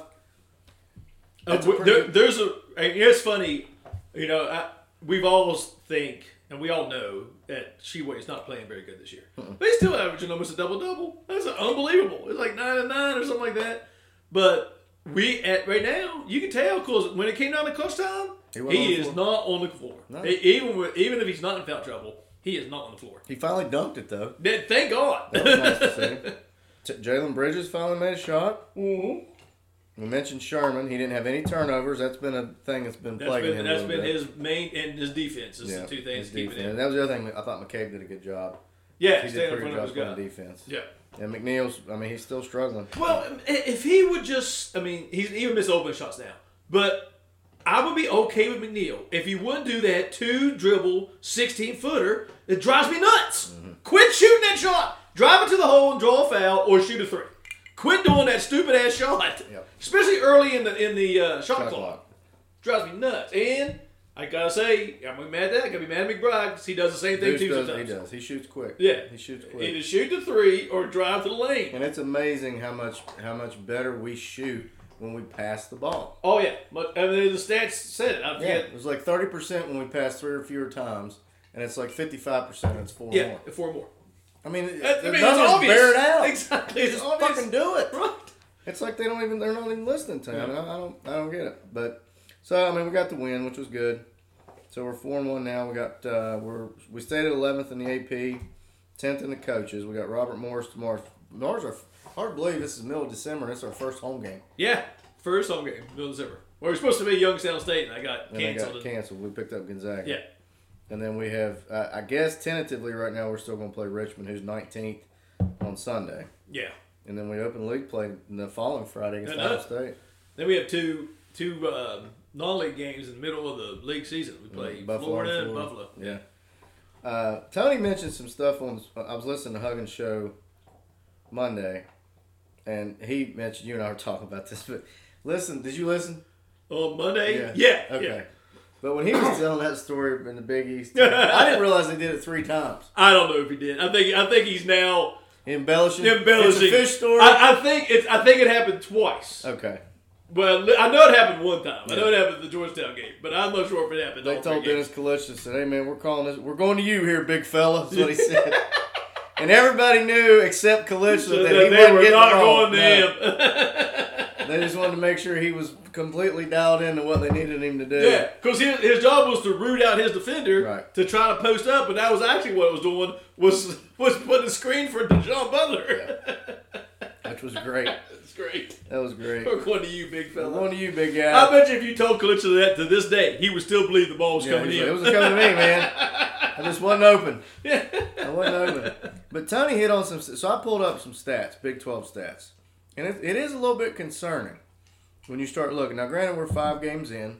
[SPEAKER 2] Uh,
[SPEAKER 1] That's a
[SPEAKER 2] w-
[SPEAKER 1] pretty-
[SPEAKER 2] there, there's a. and It's funny, you know. I, we've all think and we all know that Sheway is not playing very good this year. But he's still averaging almost a double double. That's unbelievable. It's like nine and nine or something like that. But we at right now, you can tell because when it came down to clutch time,
[SPEAKER 1] He
[SPEAKER 2] he,
[SPEAKER 1] wasn't on the
[SPEAKER 2] is
[SPEAKER 1] floor.
[SPEAKER 2] not on the floor.
[SPEAKER 1] No.
[SPEAKER 2] E- even with, even if he's not in foul trouble, he is not on the floor.
[SPEAKER 1] He finally dunked it though.
[SPEAKER 2] Man,
[SPEAKER 1] <laughs>
[SPEAKER 2] thank God.
[SPEAKER 1] That was nice to
[SPEAKER 2] <laughs>
[SPEAKER 1] see. T- Jalen Bridges finally made a shot.
[SPEAKER 2] Mhm.
[SPEAKER 1] Mm-hmm. We mentioned Sherman. He didn't have any turnovers. That's been a thing that's been
[SPEAKER 2] That's
[SPEAKER 1] plaguing him.
[SPEAKER 2] been that's
[SPEAKER 1] a
[SPEAKER 2] been
[SPEAKER 1] little bit.
[SPEAKER 2] his main and his defense is
[SPEAKER 1] Yeah,
[SPEAKER 2] the two things
[SPEAKER 1] his
[SPEAKER 2] to keep it
[SPEAKER 1] defense.
[SPEAKER 2] in.
[SPEAKER 1] That was the other thing. I thought McCabe did a good job.
[SPEAKER 2] Yeah,
[SPEAKER 1] he did a
[SPEAKER 2] stand in
[SPEAKER 1] pretty
[SPEAKER 2] front
[SPEAKER 1] good
[SPEAKER 2] of his
[SPEAKER 1] job on
[SPEAKER 2] guy.
[SPEAKER 1] defense.
[SPEAKER 2] Yeah.
[SPEAKER 1] And McNeil's. I mean, he's still struggling.
[SPEAKER 2] Well, i- if he would just, I mean, he's even missed open shots now. But I would be okay with McNeil if he wouldn't do that two dribble, 16 footer. It drives me nuts.
[SPEAKER 1] Mm-hmm.
[SPEAKER 2] Quit shooting that shot. Drive it to the hole and draw a foul or shoot a three. Quit doing that stupid ass shot,
[SPEAKER 1] Yep.
[SPEAKER 2] especially early in the in the uh, shot,
[SPEAKER 1] Shot
[SPEAKER 2] clock.
[SPEAKER 1] clock.
[SPEAKER 2] Drives me nuts. And I gotta say, I'm gonna be mad at that. I gotta be mad at McBride because he does the same thing
[SPEAKER 1] Deuce
[SPEAKER 2] too
[SPEAKER 1] does, he
[SPEAKER 2] sometimes.
[SPEAKER 1] does. He shoots quick.
[SPEAKER 2] Yeah.
[SPEAKER 1] He shoots quick.
[SPEAKER 2] Either shoot the three or drive to the lane.
[SPEAKER 1] And it's amazing how much how much better we shoot when we pass the ball.
[SPEAKER 2] Oh yeah, but I mean, the stats said it. I forget.
[SPEAKER 1] It was like thirty percent when we pass three or fewer times, and it's like fifty five percent. It's four
[SPEAKER 2] Yeah,
[SPEAKER 1] more.
[SPEAKER 2] four more.
[SPEAKER 1] I mean, it,
[SPEAKER 2] That- I
[SPEAKER 1] the
[SPEAKER 2] mean, it's
[SPEAKER 1] numbers
[SPEAKER 2] obvious.
[SPEAKER 1] bear it out.
[SPEAKER 2] Exactly, it's
[SPEAKER 1] Just
[SPEAKER 2] obvious.
[SPEAKER 1] fucking do it.
[SPEAKER 2] Right.
[SPEAKER 1] It's like they don't even they're not even listening to him. I, I don't I don't get it. But so I mean, we got the win, which was good. So we're four and one now. We got uh, we're we stayed at eleventh in the AP, tenth in the coaches. We got Robert Morris tomorrow. Tomorrow's our hard to believe this is middle of December. and It's our first home game.
[SPEAKER 2] Yeah, first home game, middle of December. We were supposed to be Youngstown State, and I got
[SPEAKER 1] And
[SPEAKER 2] canceled.
[SPEAKER 1] they got canceled. We picked up Gonzaga.
[SPEAKER 2] yeah,
[SPEAKER 1] And then we have, uh, I guess, tentatively right now, we're still going to play Richmond, who's 19th on Sunday.
[SPEAKER 2] yeah.
[SPEAKER 1] And then we open league play the following Friday against
[SPEAKER 2] And, uh,
[SPEAKER 1] Iowa State.
[SPEAKER 2] Then we have two two um, non-league games in the middle of the league season. We
[SPEAKER 1] Mm,
[SPEAKER 2] play
[SPEAKER 1] Mm-hmm.
[SPEAKER 2] Florida and Buffalo.
[SPEAKER 1] Yeah. Uh, Tony mentioned some stuff on, I was listening to Huggins' show Monday, and he mentioned, you and I were talking about this, but listen, did you listen?
[SPEAKER 2] On Monday, yeah, <laughs> yeah.
[SPEAKER 1] Okay. But when he was telling that story in the Big
[SPEAKER 2] <laughs>
[SPEAKER 1] East, I didn't realize they did it three times.
[SPEAKER 2] I don't know if he did. I think I think he's now
[SPEAKER 1] Embellishing. It's
[SPEAKER 2] embellishing.
[SPEAKER 1] a fish story.
[SPEAKER 2] I, I think it's. I think it happened twice.
[SPEAKER 1] okay.
[SPEAKER 2] Well, I know it happened one time. I know it happened at the Georgetown game, but I'm not sure if it happened.
[SPEAKER 1] They
[SPEAKER 2] all three
[SPEAKER 1] told
[SPEAKER 2] games.
[SPEAKER 1] Dennis Kalush, said, "Hey man, we're calling this. We're going to you here, big fella." That's what he
[SPEAKER 2] <laughs>
[SPEAKER 1] said. and everybody knew except Kalush
[SPEAKER 2] So
[SPEAKER 1] that
[SPEAKER 2] they,
[SPEAKER 1] he
[SPEAKER 2] they
[SPEAKER 1] wasn't
[SPEAKER 2] were
[SPEAKER 1] getting
[SPEAKER 2] not
[SPEAKER 1] it all.
[SPEAKER 2] going to
[SPEAKER 1] No. <laughs>
[SPEAKER 2] him.
[SPEAKER 1] They just wanted to make sure he was completely dialed into what they needed him to do.
[SPEAKER 2] yeah, because his, his job was to root out his defender
[SPEAKER 1] Right.
[SPEAKER 2] to try to post up, but that was actually what it was doing was <laughs> was putting a screen for Deshaun Butler.
[SPEAKER 1] which was great.
[SPEAKER 2] <laughs> That's great.
[SPEAKER 1] That was great.
[SPEAKER 2] We're going to you, big
[SPEAKER 1] Well,
[SPEAKER 2] fella.
[SPEAKER 1] One of you, big
[SPEAKER 2] I
[SPEAKER 1] guy.
[SPEAKER 2] bet you if you told Kalich that to this day, he would still believe the ball was
[SPEAKER 1] Yeah,
[SPEAKER 2] coming
[SPEAKER 1] he's like,
[SPEAKER 2] in.
[SPEAKER 1] it was coming to me, man. I just wasn't open. I wasn't open. But Tony hit on some. So I pulled up some stats, Big Twelve stats, and it, it is a little bit concerning when you start looking. Now, granted, we're five games in,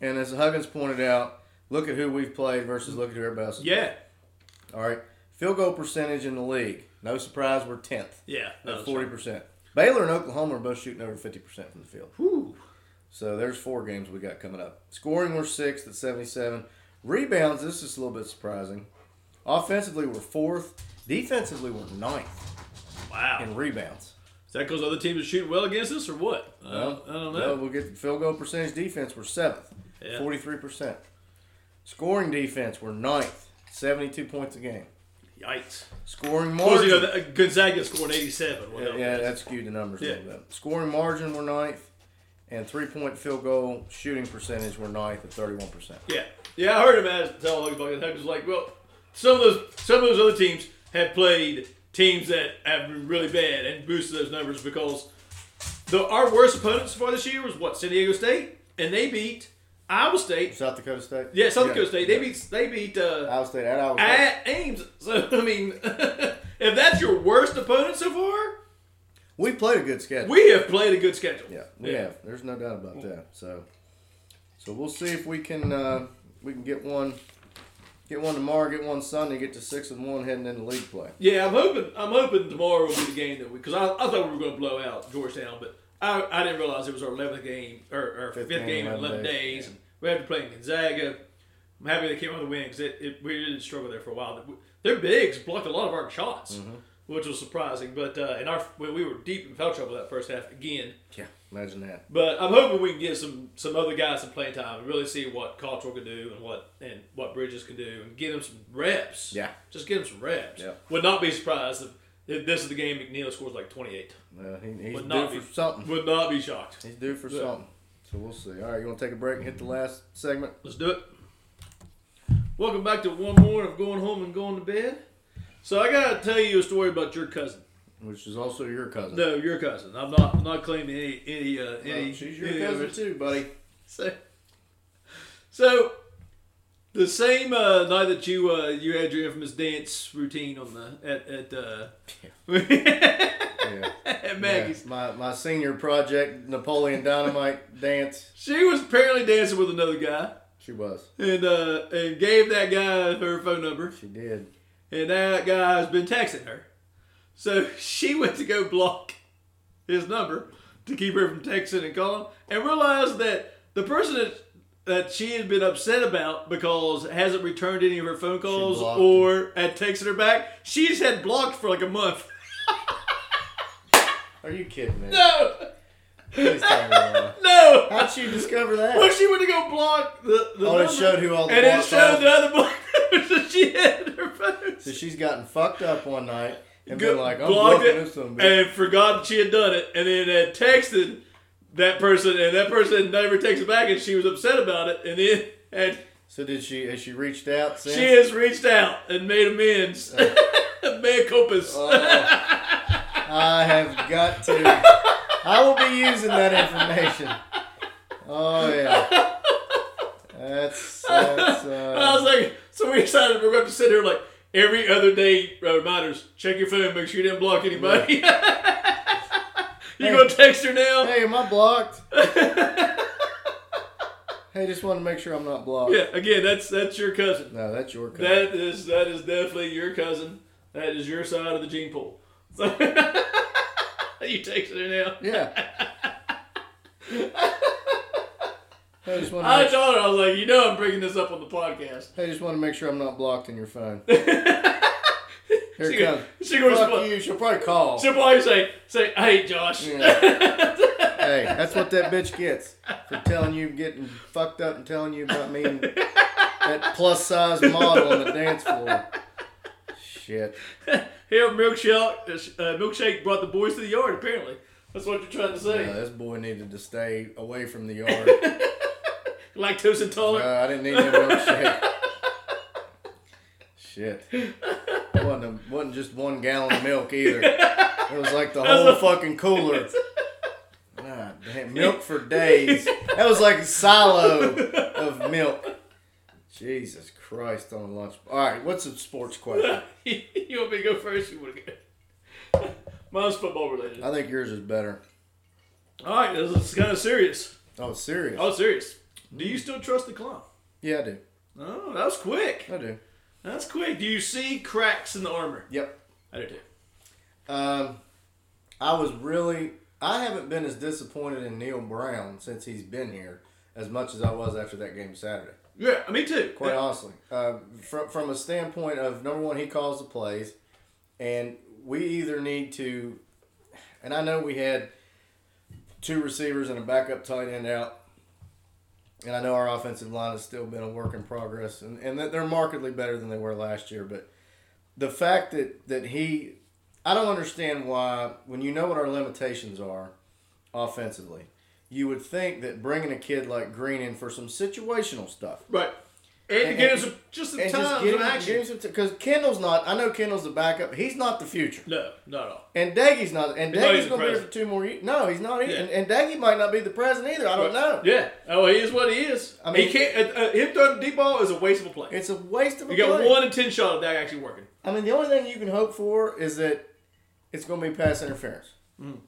[SPEAKER 1] and as Huggins pointed out, look at who we've played versus look at who everybody else. has
[SPEAKER 2] <laughs> yeah,
[SPEAKER 1] played. All right, field goal percentage in the league. No surprise, we're tenth
[SPEAKER 2] yeah. No,
[SPEAKER 1] at
[SPEAKER 2] that's
[SPEAKER 1] forty
[SPEAKER 2] right.
[SPEAKER 1] percent. Baylor and Oklahoma are both shooting over fifty percent from the field.
[SPEAKER 2] Whew.
[SPEAKER 1] So there's four games we got coming up. Scoring, we're sixth at 77. Rebounds, this is a little bit surprising. Offensively, we're fourth. Defensively, we're ninth
[SPEAKER 2] Wow.
[SPEAKER 1] in rebounds.
[SPEAKER 2] Is that because other teams are shooting well against us, or what? Uh, I don't- I don't know.
[SPEAKER 1] Well, we'll get the field goal percentage defense, we're seventh,
[SPEAKER 2] Yeah.
[SPEAKER 1] 43%. Scoring defense, we're ninth, 72 points a game.
[SPEAKER 2] Yikes.
[SPEAKER 1] Scoring
[SPEAKER 2] Well, you know,
[SPEAKER 1] margin.
[SPEAKER 2] that- uh, Gonzaga scored 87. Well,
[SPEAKER 1] Yeah,
[SPEAKER 2] that
[SPEAKER 1] yeah,
[SPEAKER 2] was-
[SPEAKER 1] that skewed the numbers a
[SPEAKER 2] Yeah.
[SPEAKER 1] little bit. Scoring margin, we're ninth. And three point field goal shooting percentage, we're ninth at 31%.
[SPEAKER 2] yeah. Yeah, I heard him as tell Huggins like, Huggins was like, well, some of those some of those other teams have played teams that have been really bad and boosted those numbers because the our worst opponents for this year was what San Diego State, and they beat Iowa State.
[SPEAKER 1] South Dakota State.
[SPEAKER 2] Yeah, South Dakota State. They beat they beat uh,
[SPEAKER 1] Iowa State at Iowa State.
[SPEAKER 2] at Ames. <laughs> So I mean, if that's your worst opponent so far,
[SPEAKER 1] we played a good schedule.
[SPEAKER 2] we have played a good schedule.
[SPEAKER 1] yeah, we have. There's no doubt about that. So, so we'll see if we can uh, we can get one, get one tomorrow, get one Sunday, get to six and one heading into league play.
[SPEAKER 2] Yeah, I'm hoping. I'm hoping tomorrow will be the game that we because I, I thought we were going to blow out Georgetown, but I, I didn't realize it was our 11th game or our fifth, game, in 11 days, and we had to play in Gonzaga. I'm happy they came out with a win because it, it, we did struggle there for a while. Their bigs blocked a lot of our shots, which was surprising. But uh, and our we, we were deep in foul trouble that first half again.
[SPEAKER 1] Yeah, imagine that.
[SPEAKER 2] But I'm hoping we can get some some other guys some playing time and really see what Cottrell can do and what and what Bridges can do and get them some reps.
[SPEAKER 1] Yeah.
[SPEAKER 2] just get them some reps.
[SPEAKER 1] Yeah.
[SPEAKER 2] would not be surprised if, if this is the game McNeil scores like 28.
[SPEAKER 1] Uh, he, he's
[SPEAKER 2] Would
[SPEAKER 1] due
[SPEAKER 2] not
[SPEAKER 1] for
[SPEAKER 2] be
[SPEAKER 1] something.
[SPEAKER 2] Would not be shocked.
[SPEAKER 1] He's due for
[SPEAKER 2] Yeah.
[SPEAKER 1] something. So we'll see. All right, you want to take a break and hit the last segment?
[SPEAKER 2] Let's do it. Welcome back to one more of going home and going to bed. So I gotta tell you a story about your cousin.
[SPEAKER 1] Which is also your cousin.
[SPEAKER 2] No, your cousin. I'm not I'm not claiming any any uh, any.
[SPEAKER 1] Well, she's your
[SPEAKER 2] any of
[SPEAKER 1] cousin
[SPEAKER 2] it.
[SPEAKER 1] too, buddy.
[SPEAKER 2] <laughs> So, so the same uh, night that you uh, you had your infamous dance routine on the at at, uh,
[SPEAKER 1] <laughs>
[SPEAKER 2] <laughs>
[SPEAKER 1] Yeah.
[SPEAKER 2] at
[SPEAKER 1] yeah.
[SPEAKER 2] Maggie's,
[SPEAKER 1] My my senior project, Napoleon Dynamite <laughs> dance.
[SPEAKER 2] she was apparently dancing with another guy
[SPEAKER 1] She was.
[SPEAKER 2] and uh, and gave that guy her phone number,
[SPEAKER 1] She did.
[SPEAKER 2] and that guy has been texting her. So <laughs> she went to go block his number to keep her from texting and calling, and realized that the person that that she had been upset about because hasn't returned any of her phone calls
[SPEAKER 1] blocked
[SPEAKER 2] or had texted her back, she's had blocked for like a month.
[SPEAKER 1] Are you kidding me?
[SPEAKER 2] <laughs> No,
[SPEAKER 1] Please tell me why.
[SPEAKER 2] no.
[SPEAKER 1] How'd you discover that?
[SPEAKER 2] Well, she went to go block the, the
[SPEAKER 1] Oh, it
[SPEAKER 2] number,
[SPEAKER 1] showed who all the
[SPEAKER 2] and it
[SPEAKER 1] blocks are.
[SPEAKER 2] showed the other block numbers that she had in her phone.
[SPEAKER 1] So she's gotten fucked up one night and
[SPEAKER 2] Go-
[SPEAKER 1] been like, I'm
[SPEAKER 2] blocked
[SPEAKER 1] blocking
[SPEAKER 2] it
[SPEAKER 1] this one. bitch.
[SPEAKER 2] and forgot that she had done it, and then had texted that person, and that person never texted back, and she was upset about it, and then and
[SPEAKER 1] So did she? Has she reached out since?
[SPEAKER 2] she has reached out and made amends,
[SPEAKER 1] Uh.
[SPEAKER 2] <laughs> mea culpas.
[SPEAKER 1] Oh, I have got to.
[SPEAKER 2] <laughs>
[SPEAKER 1] I will be using that information. Oh yeah.
[SPEAKER 2] <laughs>
[SPEAKER 1] That's that's.
[SPEAKER 2] And I
[SPEAKER 1] Uh,
[SPEAKER 2] was like, so we decided we're going to sit here like every other day uh, reminders. Check your phone, make sure you didn't block anybody. <laughs> you
[SPEAKER 1] Hey.
[SPEAKER 2] gonna text her now?
[SPEAKER 1] hey, am I
[SPEAKER 2] <laughs>
[SPEAKER 1] blocked? hey, just want to make sure I'm not blocked.
[SPEAKER 2] Yeah, again, that's that's your cousin.
[SPEAKER 1] No, that's your cousin.
[SPEAKER 2] That is that is definitely your cousin. That is your side of the gene pool. So <laughs> you text it now. <laughs>
[SPEAKER 1] yeah. I just want to.
[SPEAKER 2] I
[SPEAKER 1] Make,
[SPEAKER 2] told her I was like, you know, I'm bringing this up on the podcast.
[SPEAKER 1] hey, just want to make sure I'm not blocked in your
[SPEAKER 2] <laughs>
[SPEAKER 1] phone. Here
[SPEAKER 2] She
[SPEAKER 1] it
[SPEAKER 2] goes,
[SPEAKER 1] comes.
[SPEAKER 2] she goes,
[SPEAKER 1] Fuck you. She'll probably call. <laughs>
[SPEAKER 2] she'll probably say, say, hey, Josh.
[SPEAKER 1] Hey, that's what that bitch gets for telling you getting fucked up and telling you about
[SPEAKER 2] <laughs>
[SPEAKER 1] me and that plus size model on the dance floor. Shit.
[SPEAKER 2] <laughs> Here, milkshake, uh, milkshake brought the boys to the yard. Apparently, that's what you're trying to
[SPEAKER 1] Uh,
[SPEAKER 2] say.
[SPEAKER 1] this boy needed to stay away from the yard.
[SPEAKER 2] Lactose
[SPEAKER 1] Uh,
[SPEAKER 2] intolerant.
[SPEAKER 1] I didn't need no milkshake. Shit. It wasn't, a, wasn't just one gallon of milk either. It was like the whole fucking cooler. God damn, milk for days. That was like a silo of milk. Jesus Christ on a lunch. All right, what's a sports question?
[SPEAKER 2] <laughs> you want me to go first? You want to go? <laughs> Mine's football related.
[SPEAKER 1] I think yours is better.
[SPEAKER 2] All right, this is kind of serious.
[SPEAKER 1] Oh, it's serious.
[SPEAKER 2] Oh, serious. Do you still trust the clown?
[SPEAKER 1] Yeah, I do.
[SPEAKER 2] Oh, that was quick.
[SPEAKER 1] I do.
[SPEAKER 2] That's quick. Do you see cracks in the armor?
[SPEAKER 1] Yep.
[SPEAKER 2] I do too.
[SPEAKER 1] Um, I was really. I haven't been as disappointed in Neil Brown since he's been here as much as I was after that game Saturday.
[SPEAKER 2] Yeah, me too.
[SPEAKER 1] Quite honestly, uh, from from a standpoint of number one, he calls the plays, and we either need to. And I know we had two receivers and a backup tight end out, and I know our offensive line has still been a work in progress, and and that they're markedly better than they were last year. But the fact that that he, I don't understand why when you know what our limitations are, offensively. You would think that bringing a kid like Green in for some situational stuff
[SPEAKER 2] Right. And,
[SPEAKER 1] And-
[SPEAKER 2] get
[SPEAKER 1] and-
[SPEAKER 2] some just the
[SPEAKER 1] And
[SPEAKER 2] times
[SPEAKER 1] just
[SPEAKER 2] of
[SPEAKER 1] give him,
[SPEAKER 2] action.
[SPEAKER 1] give him some because Kendall's not. I know Kendall's the backup. He's not the future,
[SPEAKER 2] no, not at all.
[SPEAKER 1] and Daggy's not. And
[SPEAKER 2] He's not
[SPEAKER 1] Daggy's
[SPEAKER 2] even
[SPEAKER 1] gonna be here for
[SPEAKER 2] president.
[SPEAKER 1] two more years. No, he's not. Either.
[SPEAKER 2] Yeah.
[SPEAKER 1] And, and Daggy might not be the president either. I don't know.
[SPEAKER 2] Yeah. Oh, he is what he is.
[SPEAKER 1] I
[SPEAKER 2] I
[SPEAKER 1] mean-
[SPEAKER 2] mean, he can't. Uh, uh, him throwing the deep ball is a waste of a play.
[SPEAKER 1] It's a waste of a
[SPEAKER 2] You got
[SPEAKER 1] play.
[SPEAKER 2] one in ten shot of that actually working.
[SPEAKER 1] I mean, the only thing you can hope for is that it's going to be pass interference.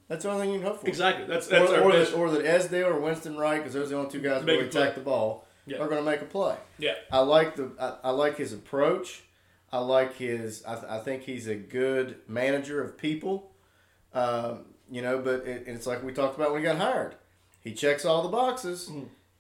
[SPEAKER 1] That's the only thing you can hope for.
[SPEAKER 2] Exactly. Mm. That's
[SPEAKER 1] Or,
[SPEAKER 2] that's our
[SPEAKER 1] or
[SPEAKER 2] best.
[SPEAKER 1] that, or that Esdale or Winston Wright, because those are the only two guys who
[SPEAKER 2] Make a
[SPEAKER 1] really attack
[SPEAKER 2] play.
[SPEAKER 1] the ball,
[SPEAKER 2] Yeah.
[SPEAKER 1] are going to make a play.
[SPEAKER 2] yeah.
[SPEAKER 1] I like the I, I like his approach. I like his. I, th- I think he's a good manager of people. Um, you know, but it, it's like we talked about when he got hired. He checks all the boxes.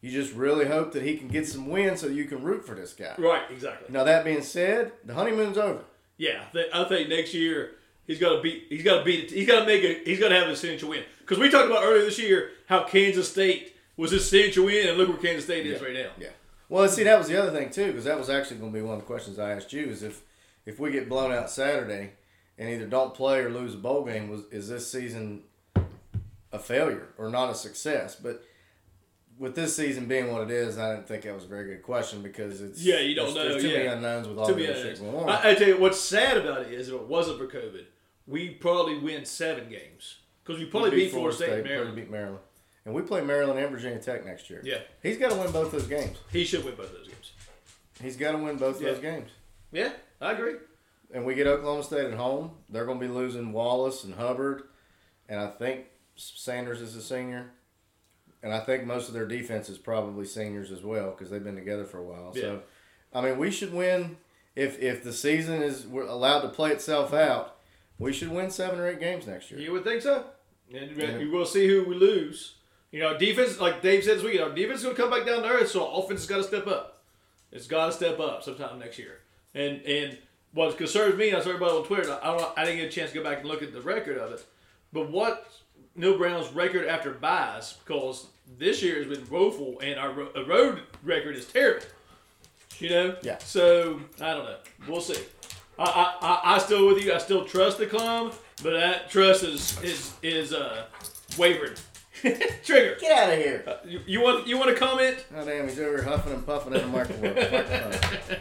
[SPEAKER 1] You just really hope that he can get some wins so you can root for this guy.
[SPEAKER 2] Right. Exactly.
[SPEAKER 1] Now that being said, the honeymoon's over.
[SPEAKER 2] Yeah. I think, I think next year he's got to beat. He's got to beat. it. He's got to make a. He's got to have a signature win. Because we talked about earlier this year how Kansas State was his signature win, and look where Kansas State is right now.
[SPEAKER 1] Yeah. Well, see, that was the other thing too, because that was actually going to be one of the questions I asked you is if if we get blown out Saturday and either don't play or lose a bowl game, was is this season a failure or not a success? But with this season being what it is, I didn't think that was a very good question because it's
[SPEAKER 2] Yeah, you don't
[SPEAKER 1] there's, there's
[SPEAKER 2] know,
[SPEAKER 1] too many
[SPEAKER 2] yeah.
[SPEAKER 1] unknowns with all
[SPEAKER 2] To
[SPEAKER 1] the
[SPEAKER 2] be
[SPEAKER 1] other shit
[SPEAKER 2] honest,
[SPEAKER 1] going on.
[SPEAKER 2] I, I tell you what's sad about it is if it wasn't for COVID, we probably win seven games because we probably
[SPEAKER 1] We
[SPEAKER 2] beat Florida State, and
[SPEAKER 1] probably
[SPEAKER 2] Maryland.
[SPEAKER 1] beat Maryland, and we play Maryland and Virginia Tech next year.
[SPEAKER 2] Yeah.
[SPEAKER 1] he's got to win both those games.
[SPEAKER 2] He should win both those games.
[SPEAKER 1] He's got to win both
[SPEAKER 2] Yeah.
[SPEAKER 1] those games.
[SPEAKER 2] Yeah, I agree.
[SPEAKER 1] and we get Oklahoma State at home, they're going to be losing Wallace and Hubbard, and I think Sanders is a senior, and I think most of their defense is probably seniors as well because they've been together for a while. So, I mean, we should win if if the season is we're allowed to play itself out. We should win seven or eight games next year.
[SPEAKER 2] You would think so. And uh,
[SPEAKER 1] Yeah.
[SPEAKER 2] you will see who we lose. You know, defense, like Dave said this weekend, our defense is going to come back down to earth, so offense has got to step up. It's got to step up sometime next year. And and what concerns me, and I saw everybody on Twitter, and I, I, don't, I didn't get a chance to go back and look at the record of it, but what Neil Brown's record after buys, because this year has been woeful, and our ro- uh, road record is terrible. You know?
[SPEAKER 1] Yeah.
[SPEAKER 2] So, I don't know. We'll see. I, I, I, I still with you. I still trust the Clem, but that trust is is is uh wavering. <laughs> Trigger.
[SPEAKER 1] Get out of here!
[SPEAKER 2] You, you want you want to comment?
[SPEAKER 1] Oh damn, he's over here huffing and puffing in the microwave.
[SPEAKER 2] <laughs>
[SPEAKER 1] microphone.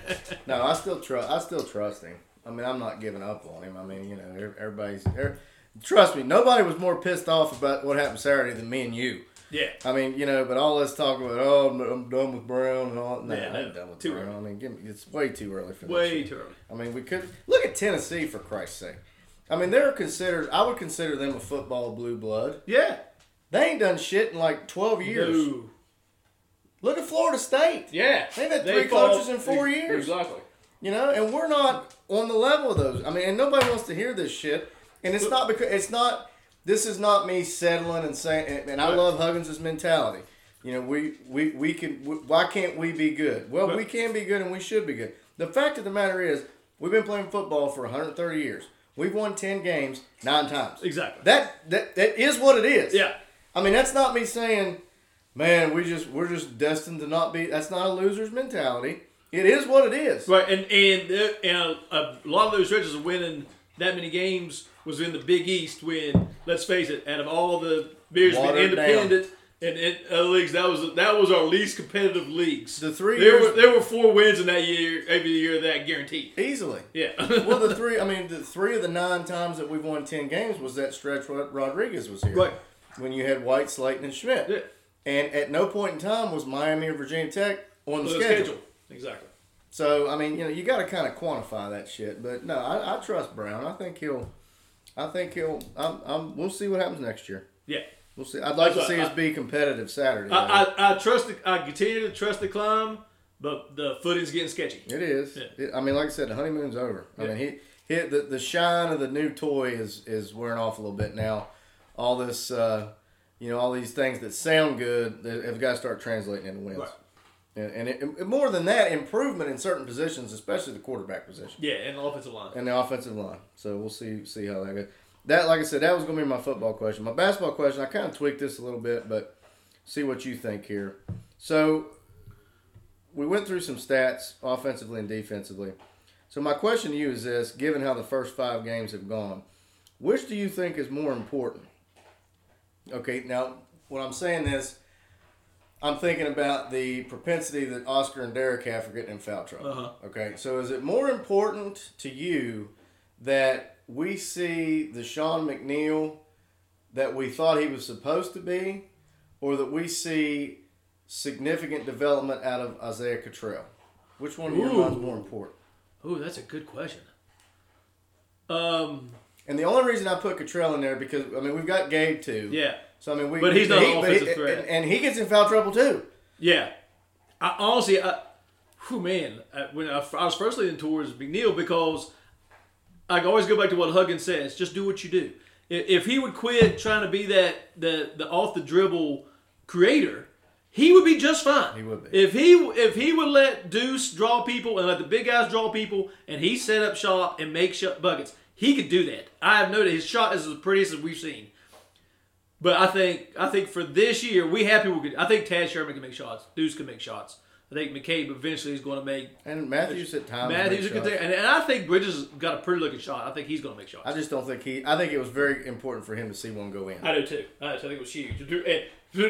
[SPEAKER 1] no, I still trust. I still trust him. I mean, I'm not giving up on him. I mean, you know, ev- everybody's. er- trust me, nobody was more pissed off about what happened Saturday than me and you.
[SPEAKER 2] Yeah.
[SPEAKER 1] I mean, you know, but all this talk about oh, I'm, I'm done with Brown and all. No,
[SPEAKER 2] Yeah,
[SPEAKER 1] I
[SPEAKER 2] no,
[SPEAKER 1] ain't done with
[SPEAKER 2] too
[SPEAKER 1] Brown.
[SPEAKER 2] early.
[SPEAKER 1] I mean, give me, it's way too early for this.
[SPEAKER 2] Way
[SPEAKER 1] shit.
[SPEAKER 2] too early.
[SPEAKER 1] I mean, we could look at Tennessee for Christ's sake. I mean, they're considered. I would consider them a football blue blood.
[SPEAKER 2] Yeah.
[SPEAKER 1] They ain't done shit in like 12 years.
[SPEAKER 2] No.
[SPEAKER 1] Look at Florida State.
[SPEAKER 2] Yeah.
[SPEAKER 1] They've had
[SPEAKER 2] They
[SPEAKER 1] three
[SPEAKER 2] fall-
[SPEAKER 1] coaches in four
[SPEAKER 2] ex-
[SPEAKER 1] years.
[SPEAKER 2] Exactly.
[SPEAKER 1] You know, and we're not on the level of those. I mean, and nobody wants to hear this shit. And it's not because it's not. This is not me settling and saying. And, and I
[SPEAKER 2] Right.
[SPEAKER 1] love Huggins' mentality. You know, we we we can. We, why can't we be good? Well, we
[SPEAKER 2] Right.
[SPEAKER 1] can be good, and we should be good. The fact of the matter is, we've been playing football for 130 years. We've won 10 games nine times.
[SPEAKER 2] Exactly.
[SPEAKER 1] That that that is what it is.
[SPEAKER 2] Yeah.
[SPEAKER 1] I mean, that's not me saying, man, we just we're just destined to not be. That's not a loser's mentality. It is what it is.
[SPEAKER 2] Right. And and the- and uh, a lot of those stretches of winning that many games was in the Big East when let's face it, out of all the beers being
[SPEAKER 1] Watered down.
[SPEAKER 2] independent. And, and other leagues, that was that was our least competitive leagues.
[SPEAKER 1] The three
[SPEAKER 2] there
[SPEAKER 1] years-
[SPEAKER 2] were there were four wins in that year, every year of that guaranteed.
[SPEAKER 1] Easily.
[SPEAKER 2] Yeah.
[SPEAKER 1] <laughs>
[SPEAKER 2] <laughs>
[SPEAKER 1] Well, the three. I mean, the three of the nine times that we've won ten games was that stretch Rod- Rodriguez was here.
[SPEAKER 2] Right.
[SPEAKER 1] When you had White, Slayton, and Schmidt.
[SPEAKER 2] Yeah.
[SPEAKER 1] And at no point in time was Miami or Virginia Tech on the
[SPEAKER 2] On the
[SPEAKER 1] schedule.
[SPEAKER 2] schedule. Exactly.
[SPEAKER 1] So I mean, you know, you got to kind of quantify that shit. But no, I, I trust Brown. I think he'll. I think he'll. I'm, I'm, we'll see what happens next year.
[SPEAKER 2] Yeah.
[SPEAKER 1] We'll see. I'd like
[SPEAKER 2] That's
[SPEAKER 1] to see
[SPEAKER 2] what
[SPEAKER 1] us be competitive Saturday. though.
[SPEAKER 2] I, I, I trust the, I continue to trust the climb, but the footing's getting sketchy.
[SPEAKER 1] It is.
[SPEAKER 2] Yeah.
[SPEAKER 1] It- I mean, like I said, the honeymoon's over. I
[SPEAKER 2] Yeah.
[SPEAKER 1] mean, he, he the, the shine of the new toy is is wearing off a little bit now. All this, uh, you know, all these things that sound good they have got to start translating into wins.
[SPEAKER 2] Right.
[SPEAKER 1] And, and it, and more than that, improvement in certain positions, especially the quarterback position
[SPEAKER 2] Yeah, and the offensive line.
[SPEAKER 1] and the offensive line. So we'll see see how that goes. That, like I said, that was going to be my football question. My basketball question, I kind of tweaked this a little bit, but see what you think here. So we went through some stats offensively and defensively. So my question to you is this: Given how the first five games have gone, which do you think is more important? Okay, now what I'm saying is, I'm thinking about the propensity that Oscar and Derek have for getting in foul trouble.
[SPEAKER 2] Uh-huh.
[SPEAKER 1] Okay, so is it more important to you that we see the Sean McNeil that we thought he was supposed to be, or that we see significant development out of Isaiah Cottrell? Which one of your
[SPEAKER 2] Ooh.
[SPEAKER 1] minds more important?
[SPEAKER 2] Ooh, that's a good question. Um,
[SPEAKER 1] And the only reason I put Cottrell in there because I mean we've got Gabe too.
[SPEAKER 2] yeah,
[SPEAKER 1] So I mean we.
[SPEAKER 2] But he's not
[SPEAKER 1] he-
[SPEAKER 2] an
[SPEAKER 1] but he-
[SPEAKER 2] offensive threat.
[SPEAKER 1] and, and he gets in foul trouble too.
[SPEAKER 2] yeah. I honestly, I, whew, man, I, when I, I was first leaning towards McNeil because I always go back to what Huggins says: just do what you do. If, if he would quit trying to be that the the off the dribble creator, he would be just fine.
[SPEAKER 1] He would be.
[SPEAKER 2] If he if he would let Deuce draw people and let the big guys draw people, and he set up shop and make shot buckets, he could do that. I have noted his shot is the prettiest that we've seen. But I think I think for this year, we have people. who Could, I think Tad Sherman can make shots. Deuce can make shots. I think McCabe eventually is going to make.
[SPEAKER 1] And Matthews at times.
[SPEAKER 2] Matthews
[SPEAKER 1] makes
[SPEAKER 2] can
[SPEAKER 1] shots.
[SPEAKER 2] take, and, and I think Bridges has got a pretty looking shot. I think he's going to make shots.
[SPEAKER 1] I just don't think he. I think it was very important for him to see one go in.
[SPEAKER 2] I do too. I do too. I think it was huge. And to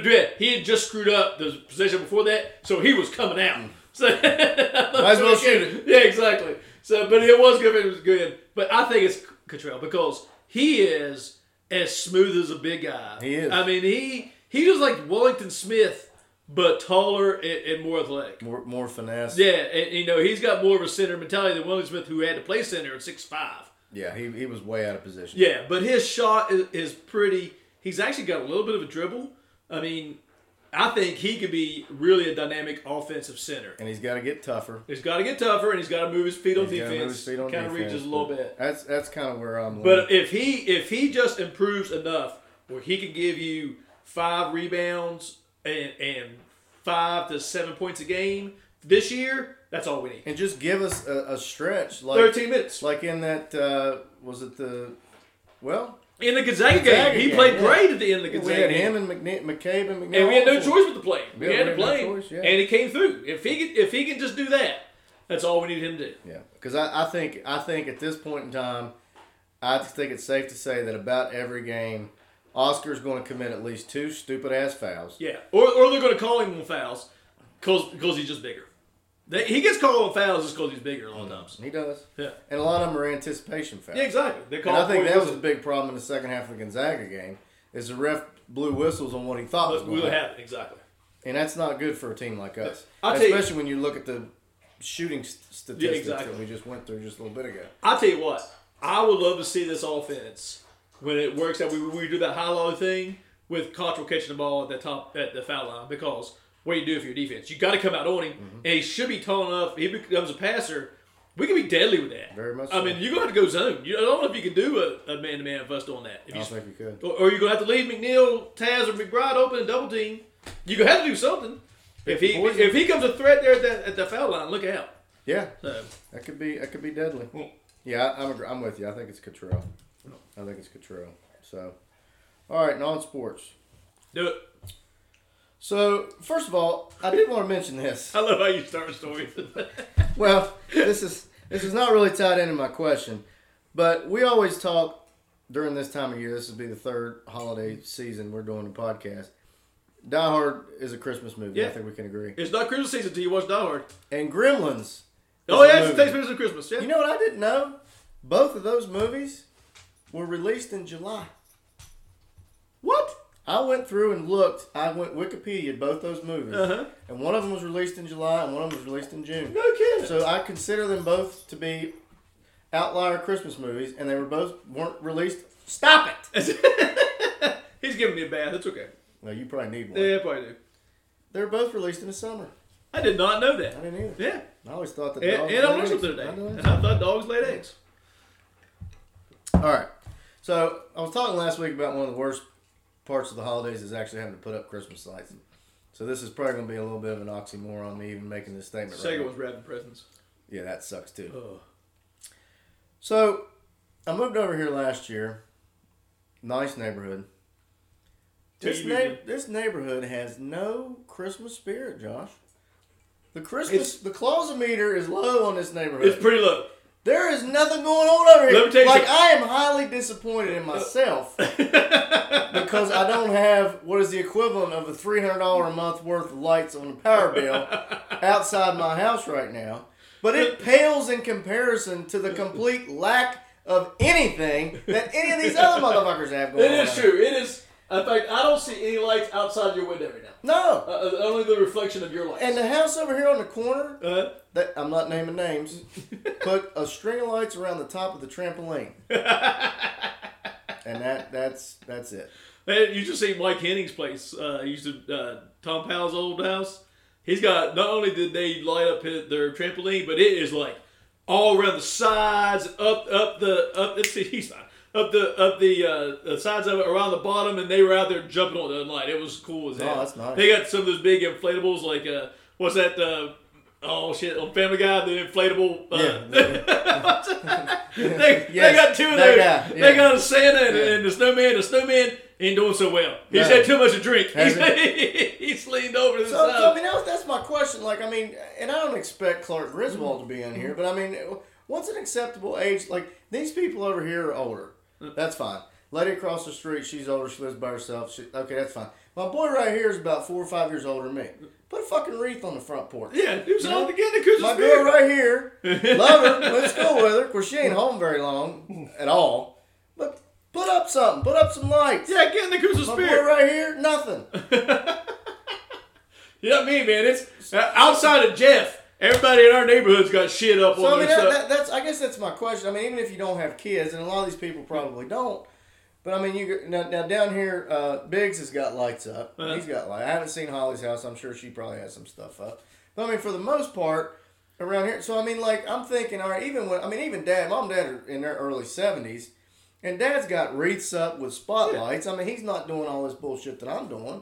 [SPEAKER 2] do it, he had just screwed up the position before that, so he was coming out. <laughs> So might
[SPEAKER 1] Mm. as well shoot it.
[SPEAKER 2] Yeah, exactly. So, but it was good. It was good. But I think it's Cottrell because he is as smooth as a big guy.
[SPEAKER 1] He is.
[SPEAKER 2] I mean, he he was like Wellington Smith, but taller and, and more athletic.
[SPEAKER 1] More, more finesse.
[SPEAKER 2] Yeah, and you know he's got more of a center mentality than Wellington Smith, who had to play center at six five.
[SPEAKER 1] Yeah, he, he was way out of position.
[SPEAKER 2] Yeah, but his shot is, is pretty. He's actually got a little bit of a dribble. I mean, I think he could be really a dynamic offensive center.
[SPEAKER 1] And he's got to get tougher.
[SPEAKER 2] He's got to get tougher, and he's got to move his feet on
[SPEAKER 1] He's gotta move
[SPEAKER 2] defense.
[SPEAKER 1] his feet on
[SPEAKER 2] kind of
[SPEAKER 1] defense,
[SPEAKER 2] reaches a little
[SPEAKER 1] but
[SPEAKER 2] bit.
[SPEAKER 1] That's that's kind of where I'm. leaning.
[SPEAKER 2] But uh, if he if he just improves enough where he can give you five rebounds and and five to seven points a game this year, that's all we need.
[SPEAKER 1] and just give us a, a stretch like
[SPEAKER 2] Thirteen minutes
[SPEAKER 1] like in that uh, was it the well
[SPEAKER 2] in the Gonzaga, game.
[SPEAKER 1] Gonzaga
[SPEAKER 2] He
[SPEAKER 1] game,
[SPEAKER 2] played
[SPEAKER 1] yeah.
[SPEAKER 2] great at the end of the
[SPEAKER 1] we
[SPEAKER 2] Gonzaga
[SPEAKER 1] had
[SPEAKER 2] game.
[SPEAKER 1] him and McNe- McCabe and McNeil.
[SPEAKER 2] and we had no
[SPEAKER 1] also.
[SPEAKER 2] choice but to play.
[SPEAKER 1] Yeah,
[SPEAKER 2] we had to
[SPEAKER 1] we had
[SPEAKER 2] play,
[SPEAKER 1] no choice, yeah.
[SPEAKER 2] and he came through. If he could, if he can just do that, that's all we need him to do.
[SPEAKER 1] Yeah, because I, I think I think at this point in time, I just think it's safe to say that about every game, Oscar's going to commit at least two stupid ass fouls.
[SPEAKER 2] Yeah, or, or they're going to call him on fouls because he's just bigger. They, he gets called on fouls just because he's bigger a lot of times.
[SPEAKER 1] He does,
[SPEAKER 2] Yeah,
[SPEAKER 1] and a lot of them are anticipation fouls.
[SPEAKER 2] yeah, exactly. They call.
[SPEAKER 1] Mm-hmm. And I think
[SPEAKER 2] for it
[SPEAKER 1] that was a
[SPEAKER 2] because
[SPEAKER 1] big problem in the second half of the Gonzaga game. Is the ref blew whistles on what he thought was
[SPEAKER 2] of
[SPEAKER 1] going
[SPEAKER 2] what
[SPEAKER 1] to
[SPEAKER 2] will
[SPEAKER 1] happen,
[SPEAKER 2] happen exactly.
[SPEAKER 1] and that's not good for a team like us,
[SPEAKER 2] I'll tell you-
[SPEAKER 1] especially when you look at the shooting st- statistics
[SPEAKER 2] exactly.
[SPEAKER 1] that we just went through just a little bit ago.
[SPEAKER 2] I tell you what, I would love to see this offense when it works out. We, we do that high low thing with Cottrell catching the ball at the top at the foul line because what do you do if you're defense? You got to come out on him,
[SPEAKER 1] Mm-hmm.
[SPEAKER 2] and he should be tall enough. He becomes a passer. We can be deadly with that.
[SPEAKER 1] Very much
[SPEAKER 2] I
[SPEAKER 1] so.
[SPEAKER 2] mean, you're gonna have to go zone. You, I don't know if you can do a man to man bust on that. If
[SPEAKER 1] I
[SPEAKER 2] you,
[SPEAKER 1] don't think you could.
[SPEAKER 2] or, or you're gonna have to leave McNeil, Taz, or McBride open and double team. You're gonna have to do something. If he
[SPEAKER 1] the poison.
[SPEAKER 2] if he comes a threat there at the, at the foul line, look out.
[SPEAKER 1] Yeah,
[SPEAKER 2] So,
[SPEAKER 1] that could be that could be deadly. Yeah, I- I'm agree- I'm with you. I think it's Cottrell. I think it's Cottrell. So, all right, non-sports.
[SPEAKER 2] do it.
[SPEAKER 1] So, first of all, I did want to mention
[SPEAKER 2] <laughs>
[SPEAKER 1] this.
[SPEAKER 2] I love how you start stories. <laughs>
[SPEAKER 1] Well, this is this is not really tied into my question, but we always talk during this time of year. This would be the third holiday season we're doing the podcast. Die Hard is a Christmas movie. I
[SPEAKER 2] Yeah.
[SPEAKER 1] think we can agree.
[SPEAKER 2] It's not Christmas season till you watch Die Hard.
[SPEAKER 1] And Gremlins. is
[SPEAKER 2] Oh
[SPEAKER 1] a
[SPEAKER 2] yeah, it's
[SPEAKER 1] movie.
[SPEAKER 2] takes place of Christmas. Yeah.
[SPEAKER 1] You know what I didn't know? Both of those movies were released in July.
[SPEAKER 2] what?
[SPEAKER 1] I went through and looked. I went Wikipedia both those movies,
[SPEAKER 2] Uh-huh.
[SPEAKER 1] and one of them was released in July, and one of them was released in June.
[SPEAKER 2] No kidding.
[SPEAKER 1] So I consider them both to be outlier Christmas movies, and they were both weren't released.
[SPEAKER 2] Stop it. <laughs> He's giving me a bath. It's okay.
[SPEAKER 1] No, you probably need one.
[SPEAKER 2] Yeah, I probably do.
[SPEAKER 1] They were both released in the summer.
[SPEAKER 2] I did not know that.
[SPEAKER 1] I didn't either.
[SPEAKER 2] Yeah.
[SPEAKER 1] I always thought that.
[SPEAKER 2] And,
[SPEAKER 1] dogs
[SPEAKER 2] and I
[SPEAKER 1] laid
[SPEAKER 2] learned something
[SPEAKER 1] eggs.
[SPEAKER 2] today.
[SPEAKER 1] I know
[SPEAKER 2] <laughs> And
[SPEAKER 1] that.
[SPEAKER 2] I thought dogs laid eggs.
[SPEAKER 1] All right. So I was talking last week about one of the worst parts of the holidays is actually having to put up Christmas lights. So this is probably going to be a little bit of an oxymoron, me even making this statement. Right
[SPEAKER 2] Second
[SPEAKER 1] now.
[SPEAKER 2] was wrapping presents.
[SPEAKER 1] Yeah, that sucks too.
[SPEAKER 2] Oh.
[SPEAKER 1] So I moved over here last year. Nice neighborhood.
[SPEAKER 2] Till
[SPEAKER 1] This,
[SPEAKER 2] you moved
[SPEAKER 1] neigh- this neighborhood has no Christmas spirit, Josh. The Christmas, the the meter is low on this neighborhood.
[SPEAKER 2] It's pretty low. <laughs>
[SPEAKER 1] There is nothing going on over here.
[SPEAKER 2] Let me tell you
[SPEAKER 1] like
[SPEAKER 2] something. Uh,
[SPEAKER 1] I am highly disappointed in myself because I don't have what is the equivalent of a three hundred dollar a month worth of lights on a power bill outside my house right now. But it pales in comparison to the complete lack of anything that any of these other motherfuckers have going
[SPEAKER 2] It
[SPEAKER 1] on.
[SPEAKER 2] is true. It is. In fact, I don't see any lights outside your window right now.
[SPEAKER 1] No.
[SPEAKER 2] Uh, uh, only the reflection of your lights.
[SPEAKER 1] And the house over here on the corner,
[SPEAKER 2] uh,
[SPEAKER 1] that I'm not naming names, put a string of lights around the top of the
[SPEAKER 2] <laughs>
[SPEAKER 1] trampoline. and that that's that's it.
[SPEAKER 2] Man, you should see Mike Henning's place. Uh, he used to uh, Tom Powell's old house. He's got not only did they light up his, their trampoline, but it is like all around the sides, up up the up. <laughs> Let's see, he's not up the up the, uh, the sides of it, around the bottom, and they were out there jumping on the light. It was cool as
[SPEAKER 1] Oh,
[SPEAKER 2] hell.
[SPEAKER 1] that's nice.
[SPEAKER 2] They got some of those big inflatables, like uh, what's that? Uh, oh shit, on Family Guy, the inflatable. Uh, <laughs> they, they
[SPEAKER 1] Yes,
[SPEAKER 2] got two of
[SPEAKER 1] that guy,
[SPEAKER 2] those.
[SPEAKER 1] yeah.
[SPEAKER 2] They got a <laughs> Santa and,
[SPEAKER 1] Yeah.
[SPEAKER 2] and the snowman. The snowman ain't doing so well. He's
[SPEAKER 1] No.
[SPEAKER 2] had too much to drink. He's,
[SPEAKER 1] Hasn't.
[SPEAKER 2] <laughs> he's leaned over to the
[SPEAKER 1] So, so I
[SPEAKER 2] side.
[SPEAKER 1] mean, that was, that's my question. Like, I mean, and I don't expect Clark Griswold to be in here, but I mean, what's an acceptable age? Like, these people over here are older. That's fine. Lady across the street, she's older. She lives by herself. She, okay, that's fine. My boy right here is about four or five years older than me. Put a fucking wreath on the front porch.
[SPEAKER 2] yeah, he was
[SPEAKER 1] You know,
[SPEAKER 2] all together because
[SPEAKER 1] My
[SPEAKER 2] of
[SPEAKER 1] girl
[SPEAKER 2] beer.
[SPEAKER 1] right
[SPEAKER 2] <laughs>
[SPEAKER 1] here, love her. Went to school with her. Of course, she ain't home very long at all. But put up something. Put up some lights.
[SPEAKER 2] Yeah, getting the Christmas
[SPEAKER 1] My
[SPEAKER 2] spirit.
[SPEAKER 1] boy right here, nothing.
[SPEAKER 2] You know what I mean, man? It's uh, outside of Jeff. Everybody in our neighborhood's got shit up
[SPEAKER 1] So I
[SPEAKER 2] on
[SPEAKER 1] mean,
[SPEAKER 2] their
[SPEAKER 1] that,
[SPEAKER 2] stuff.
[SPEAKER 1] that, that's I guess that's my question. I mean, even if you don't have kids, and a lot of these people probably don't, but I mean, you now, now down here, uh, Biggs has got lights up.
[SPEAKER 2] Uh-huh.
[SPEAKER 1] He's got light. I haven't seen Holly's house. I'm sure she probably has some stuff up. But I mean, for the most part, around here. So I mean, like I'm thinking, all right, even when I mean, even Dad, Mom, and Dad are in their early seventies, and Dad's got wreaths up with spotlights. I mean, he's not doing all this bullshit that I'm doing.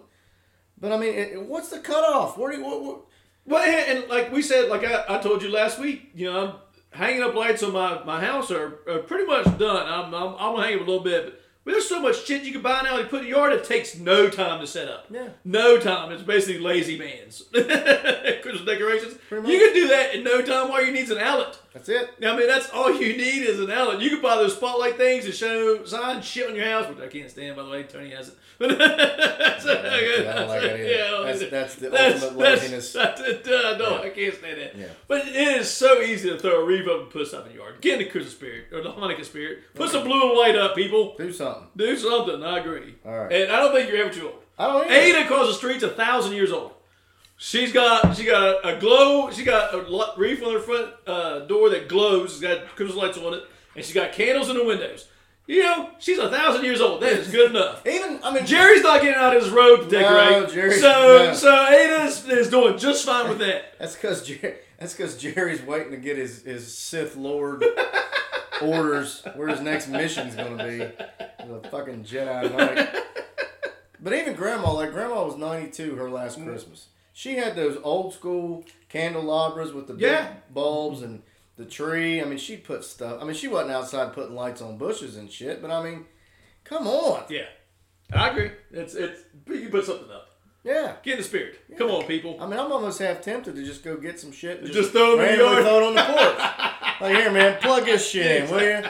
[SPEAKER 1] But I mean, it, what's the cutoff? Where do you? What, what,
[SPEAKER 2] Well, and and like we said, like I, I told you last week, you know, I'm hanging up lights on my, my house are, are pretty much done. I'm, I'm, I'm gonna hang up a little bit, but there's so much shit you can buy now. You put in the yard, it takes no time to set up.
[SPEAKER 1] Yeah.
[SPEAKER 2] No time. It's basically lazy man's <laughs> Christmas decorations.
[SPEAKER 1] Pretty
[SPEAKER 2] You
[SPEAKER 1] much.
[SPEAKER 2] can do that in no time. All you need is an outlet.
[SPEAKER 1] that's it.
[SPEAKER 2] I mean, that's all you need is an outlet. You can buy those spotlight things and show sign shit on your house, which I can't stand. By the way, Tony has it. <laughs> that's
[SPEAKER 1] Yeah, I don't like that either. That's- that's the ultimate laziness.
[SPEAKER 2] <laughs> That's, it. Uh, no, I can't stand that.
[SPEAKER 1] Yeah.
[SPEAKER 2] But it is so easy to throw a reeve up and put stuff in your yard. Get in the Christmas spirit or the Hanukkah spirit. Put some blue and white up, people.
[SPEAKER 1] Do something.
[SPEAKER 2] Do something. I agree.
[SPEAKER 1] All right.
[SPEAKER 2] And I don't think you're ever too old.
[SPEAKER 1] I don't. either.
[SPEAKER 2] Ada across the street's a thousand years old. She's got she got a, a glow. She got a lo- wreath on her front uh, door that glows. She's got Christmas lights on it, and she's got candles in the windows. You know, she's a thousand years old. That is good enough.
[SPEAKER 1] Even I mean,
[SPEAKER 2] Jerry's not getting out his robe to decorate.
[SPEAKER 1] Jerry-
[SPEAKER 2] so
[SPEAKER 1] no.
[SPEAKER 2] so Ada is, is doing just fine
[SPEAKER 1] <laughs>
[SPEAKER 2] with that.
[SPEAKER 1] That's because Jerry, that's 'cause Jerry's waiting to get his, his Sith Lord orders where his next mission's going to be. The fucking Jedi Knight. But even Grandma, like Grandma was 92 her last Christmas. She had those old school candelabras with the
[SPEAKER 2] Yeah.
[SPEAKER 1] big bulbs and the tree. I mean, she put stuff. I mean, she wasn't outside putting lights on bushes and shit, but I mean, come on.
[SPEAKER 2] Yeah, I agree. It's it's you can put something up.
[SPEAKER 1] Yeah.
[SPEAKER 2] Get in the spirit. Come on, people.
[SPEAKER 1] I mean, I'm almost half tempted to just go get some shit and
[SPEAKER 2] Just throw 'em in the
[SPEAKER 1] randomly
[SPEAKER 2] yard.
[SPEAKER 1] throw it on the
[SPEAKER 2] <laughs>
[SPEAKER 1] porch. like, here, man, plug this shit in, will you?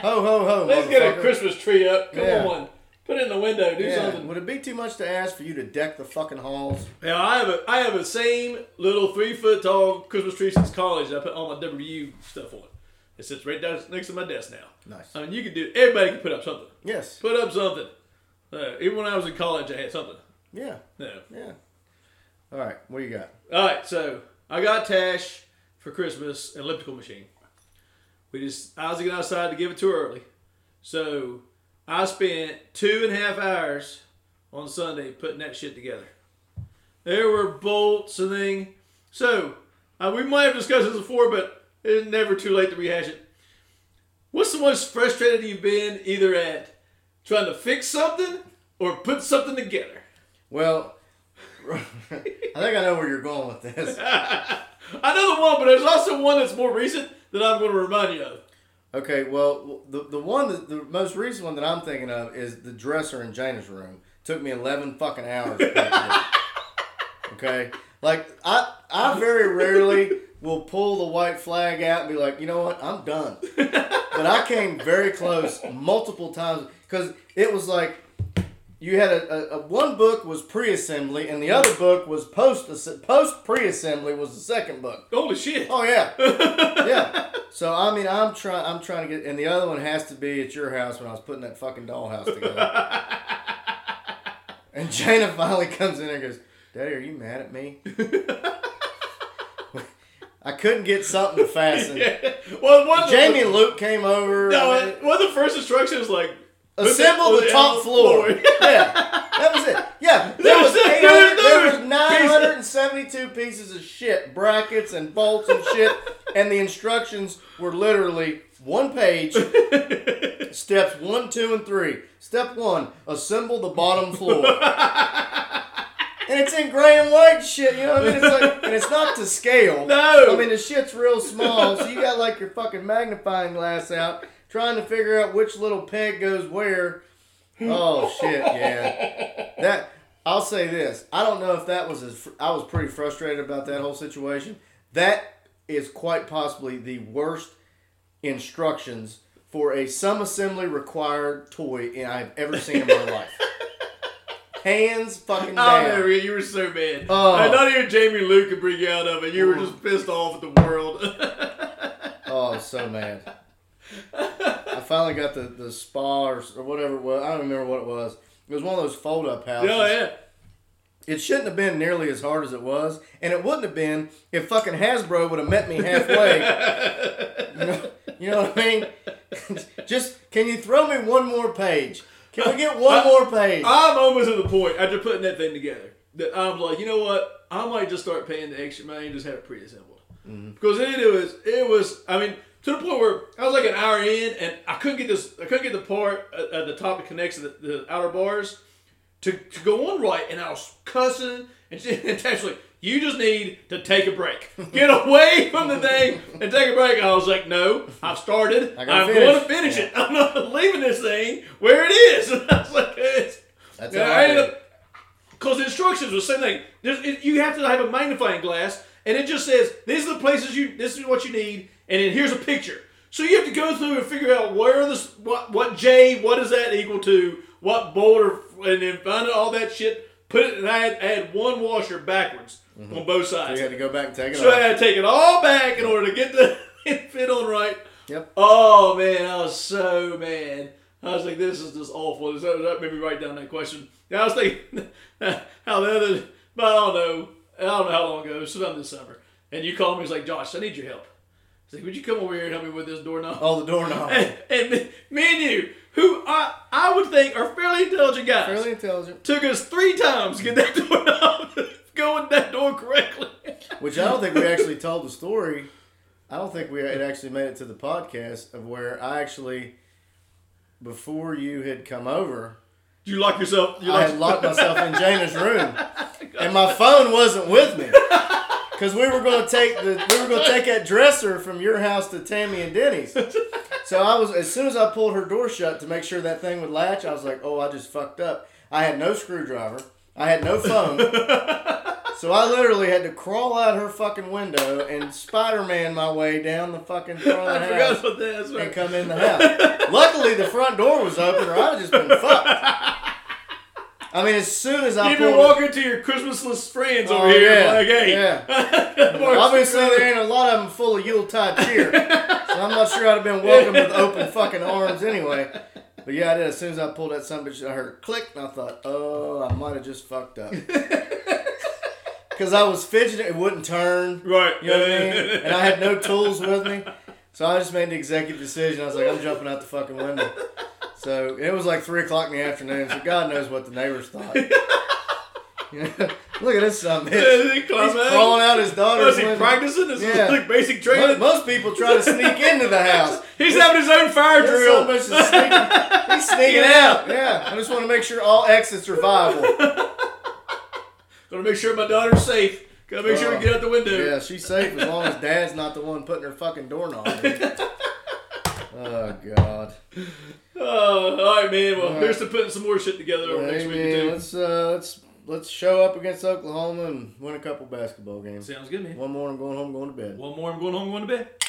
[SPEAKER 1] Ho, ho, ho.
[SPEAKER 2] Let's get a
[SPEAKER 1] motherfucker.
[SPEAKER 2] Christmas tree up. Come
[SPEAKER 1] Yeah.
[SPEAKER 2] on, put it in the window. Do
[SPEAKER 1] Yeah.
[SPEAKER 2] something.
[SPEAKER 1] Would it be too much to ask for you to deck the fucking halls?
[SPEAKER 2] Now I have a I have a same little three foot tall Christmas tree since college. that I put all my WU stuff on. It sits right down next to my desk now.
[SPEAKER 1] Nice.
[SPEAKER 2] I mean, you can do. Everybody can put up something.
[SPEAKER 1] Yes.
[SPEAKER 2] Put up something. Uh, even when I was in college, I had something.
[SPEAKER 1] Yeah.
[SPEAKER 2] No.
[SPEAKER 1] Yeah. All right. What do you got?
[SPEAKER 2] All right. So I got Tash for Christmas an elliptical machine. We just Isaac and I decided to give it to her early, so I spent two and a half hours on Sunday putting that shit together. There were bolts and thing. So uh, we might have discussed this before, but it's never too late to rehash it. What's the most frustrated you've been either at trying to fix something or put something together?
[SPEAKER 1] Well, <laughs> I think I know where you're going with this.
[SPEAKER 2] I know the one, but there's also one that's more recent that I'm going to remind you of.
[SPEAKER 1] Okay, well, the, the one that the most recent one that I'm thinking of is the dresser in Jana's room. Took me eleven fucking hours. to put it together. okay, like I I very rarely will pull the white flag out and be like, you know what, I'm done. but I came very close multiple times because it was like you had a, a, a one book was pre-assembly and the other book was post post pre-assembly was the second book.
[SPEAKER 2] Holy shit. <laughs>
[SPEAKER 1] Oh yeah, yeah. So I mean, I'm trying. I'm trying to get, and the other one has to be at your house when I was putting that fucking dollhouse together.
[SPEAKER 2] <laughs>
[SPEAKER 1] and Jana finally comes in and goes, "Daddy, are you mad at
[SPEAKER 2] <laughs>
[SPEAKER 1] me?" I couldn't get something to fasten.
[SPEAKER 2] Yeah. Well, one of the-
[SPEAKER 1] Jamie and Luke came over.
[SPEAKER 2] No,
[SPEAKER 1] I mean,
[SPEAKER 2] it, well, the first instruction was like
[SPEAKER 1] assemble
[SPEAKER 2] put
[SPEAKER 1] the
[SPEAKER 2] it on
[SPEAKER 1] top floor. <laughs>
[SPEAKER 2] floor.
[SPEAKER 1] yeah, that was it. <laughs> Yeah, there
[SPEAKER 2] There's
[SPEAKER 1] was,
[SPEAKER 2] a-
[SPEAKER 1] 800
[SPEAKER 2] there
[SPEAKER 1] there
[SPEAKER 2] was
[SPEAKER 1] was 972 pieces of shit, brackets and bolts and shit, <laughs> and the instructions were literally one <laughs> page, steps one, two, and three. Step one: assemble the bottom floor. <laughs> And it's in gray and white shit, you know what I mean? It's like, and it's not to scale.
[SPEAKER 2] No.
[SPEAKER 1] I mean the shit's real small, so you got like your fucking magnifying glass out, trying to figure out which little peg goes where. Oh shit, yeah. That I'll say this. I don't know if that was as fr- I was pretty frustrated about that whole situation. That is quite possibly the worst instructions for a some assembly required toy and I've ever seen in my
[SPEAKER 2] <laughs>
[SPEAKER 1] life. Hands fucking
[SPEAKER 2] Oh,
[SPEAKER 1] down.
[SPEAKER 2] man, you were so mad.
[SPEAKER 1] Oh.
[SPEAKER 2] And not even Jamie and Luke could bring you out of it. You were
[SPEAKER 1] Ooh.
[SPEAKER 2] just pissed off at the world. <laughs>
[SPEAKER 1] Oh, I was so mad. I finally got the, the spa or, or whatever it was. I don't remember what it was. It was one of those fold up houses.
[SPEAKER 2] oh, yeah.
[SPEAKER 1] It shouldn't have been nearly as hard as it was, and it wouldn't have been if fucking Hasbro would have met me halfway. you, know, you know what I mean? <laughs> Just can you throw me one more page? Can we get one more page?
[SPEAKER 2] I'm almost at the point after putting that thing together that I'm like, you know what? I might just start paying the extra money and just have it pre-assembled
[SPEAKER 1] Mm-hmm.
[SPEAKER 2] because it was it was. I mean, to the point where I was like an hour in and I couldn't get this. I couldn't get the part at, at the top that connects to the, the outer bars to, to go on right, and I was cussing and shit. <laughs> And Tash was like, "You just need to take a break. Get away from the thing and take a break." I was like, "No, I've started.
[SPEAKER 1] I gotta
[SPEAKER 2] I'm
[SPEAKER 1] finish."
[SPEAKER 2] going to finish it. <laughs> I'm not leaving this thing where it is." <laughs> And I was like, it's,
[SPEAKER 1] That's
[SPEAKER 2] yeah,
[SPEAKER 1] how
[SPEAKER 2] I
[SPEAKER 1] I
[SPEAKER 2] ended
[SPEAKER 1] did.
[SPEAKER 2] up because the instructions were the same thing. There's, it, you have to have a magnifying glass, and it just says these are the places you. This is what you need, and then here's a picture. So you have to go through and figure out where this what what J what is that equal to what boulder, and then find all that shit. Put it and add add one washer backwards on both
[SPEAKER 1] You
[SPEAKER 2] sides.
[SPEAKER 1] had to go back and take it
[SPEAKER 2] so I
[SPEAKER 1] off.
[SPEAKER 2] had to take it all back in order to get the <laughs> it fit on right.
[SPEAKER 1] Yep.
[SPEAKER 2] Oh man, I was so mad. I was like, this is just awful. So that made me write down that question. Yeah, I was thinking <laughs> how the other, but I don't know. I don't know how long ago. It was sometime this summer. And you called me. He's like, Josh, I need your help. He's like, would you come over here and help me with this doorknob?
[SPEAKER 1] Oh, the doorknob.
[SPEAKER 2] <laughs> And, and me, me and you, who I I would think are fairly intelligent guys,
[SPEAKER 1] Fairly intelligent.
[SPEAKER 2] took us three times to get that <laughs> doorknob going that door correctly. <laughs>
[SPEAKER 1] Which I don't think we actually told the story. I don't think we it actually made it to the podcast of where I actually, before you had come over,
[SPEAKER 2] you lock yourself. You
[SPEAKER 1] I
[SPEAKER 2] lock
[SPEAKER 1] had locked myself in Jana's
[SPEAKER 2] <laughs>
[SPEAKER 1] room, and my phone wasn't with me because we were going to take the we were going to take that dresser from your house to Tammy and Denny's. So I was as soon as I pulled her door shut to make sure that thing would latch, I was like, "Oh, I just fucked up. I had no screwdriver. I had no phone." So I literally had to crawl out her fucking window and Spider-Man my way down the fucking front of
[SPEAKER 2] <laughs> I
[SPEAKER 1] the
[SPEAKER 2] forgot
[SPEAKER 1] house
[SPEAKER 2] about that. That's right.
[SPEAKER 1] and come in the house. Luckily, the front door was open, or I'd have just been fucked. I mean, as soon as I
[SPEAKER 2] You've been
[SPEAKER 1] pulled, up-
[SPEAKER 2] walking to your Christmasless friends
[SPEAKER 1] Oh,
[SPEAKER 2] over here,
[SPEAKER 1] yeah,
[SPEAKER 2] like, hey, <laughs>
[SPEAKER 1] obviously there ain't a lot of them full of Yuletide cheer, so I'm not sure I'd have been welcomed with open fucking arms anyway. But yeah, I did. As soon as I pulled that son of a bitch, I heard click, and I thought, oh, I might have just fucked
[SPEAKER 2] <laughs>
[SPEAKER 1] up because I was fidgeting; it wouldn't turn.
[SPEAKER 2] right?
[SPEAKER 1] You know what I mean?
[SPEAKER 2] <laughs>
[SPEAKER 1] And I had no tools with me. So I just made the executive decision. I was like, I'm jumping out the fucking window. So it was like three o'clock in the afternoon, so God knows what the neighbors thought. <laughs> You know, Look at this son of a bitch.
[SPEAKER 2] He's
[SPEAKER 1] He's crawling out his daughter's
[SPEAKER 2] Was Oh, he
[SPEAKER 1] window.
[SPEAKER 2] practicing? This
[SPEAKER 1] Yeah.
[SPEAKER 2] is like basic
[SPEAKER 1] Mo-
[SPEAKER 2] training.
[SPEAKER 1] Most people try to sneak into the
[SPEAKER 2] <laughs>
[SPEAKER 1] house.
[SPEAKER 2] He's having his own fire
[SPEAKER 1] This son of a
[SPEAKER 2] drill.
[SPEAKER 1] bitch is sneaking, he's sneaking
[SPEAKER 2] Yeah.
[SPEAKER 1] out. Yeah, I just want to make sure all exits are viable.
[SPEAKER 2] Gotta make sure my daughter's safe. Gotta make sure
[SPEAKER 1] Uh,
[SPEAKER 2] we get out the window.
[SPEAKER 1] Yeah, she's safe as long as Dad's not the one putting her fucking doorknob. in. Oh God.
[SPEAKER 2] Uh, all right, man. Well,
[SPEAKER 1] All right.
[SPEAKER 2] here's to putting some more shit together over
[SPEAKER 1] Hey,
[SPEAKER 2] next week
[SPEAKER 1] man,
[SPEAKER 2] or two.
[SPEAKER 1] let's uh, let's let's show up against Oklahoma and win a couple basketball games.
[SPEAKER 2] Sounds good, man.
[SPEAKER 1] One more, I'm going home, going to bed.
[SPEAKER 2] One more, I'm going home, going to bed.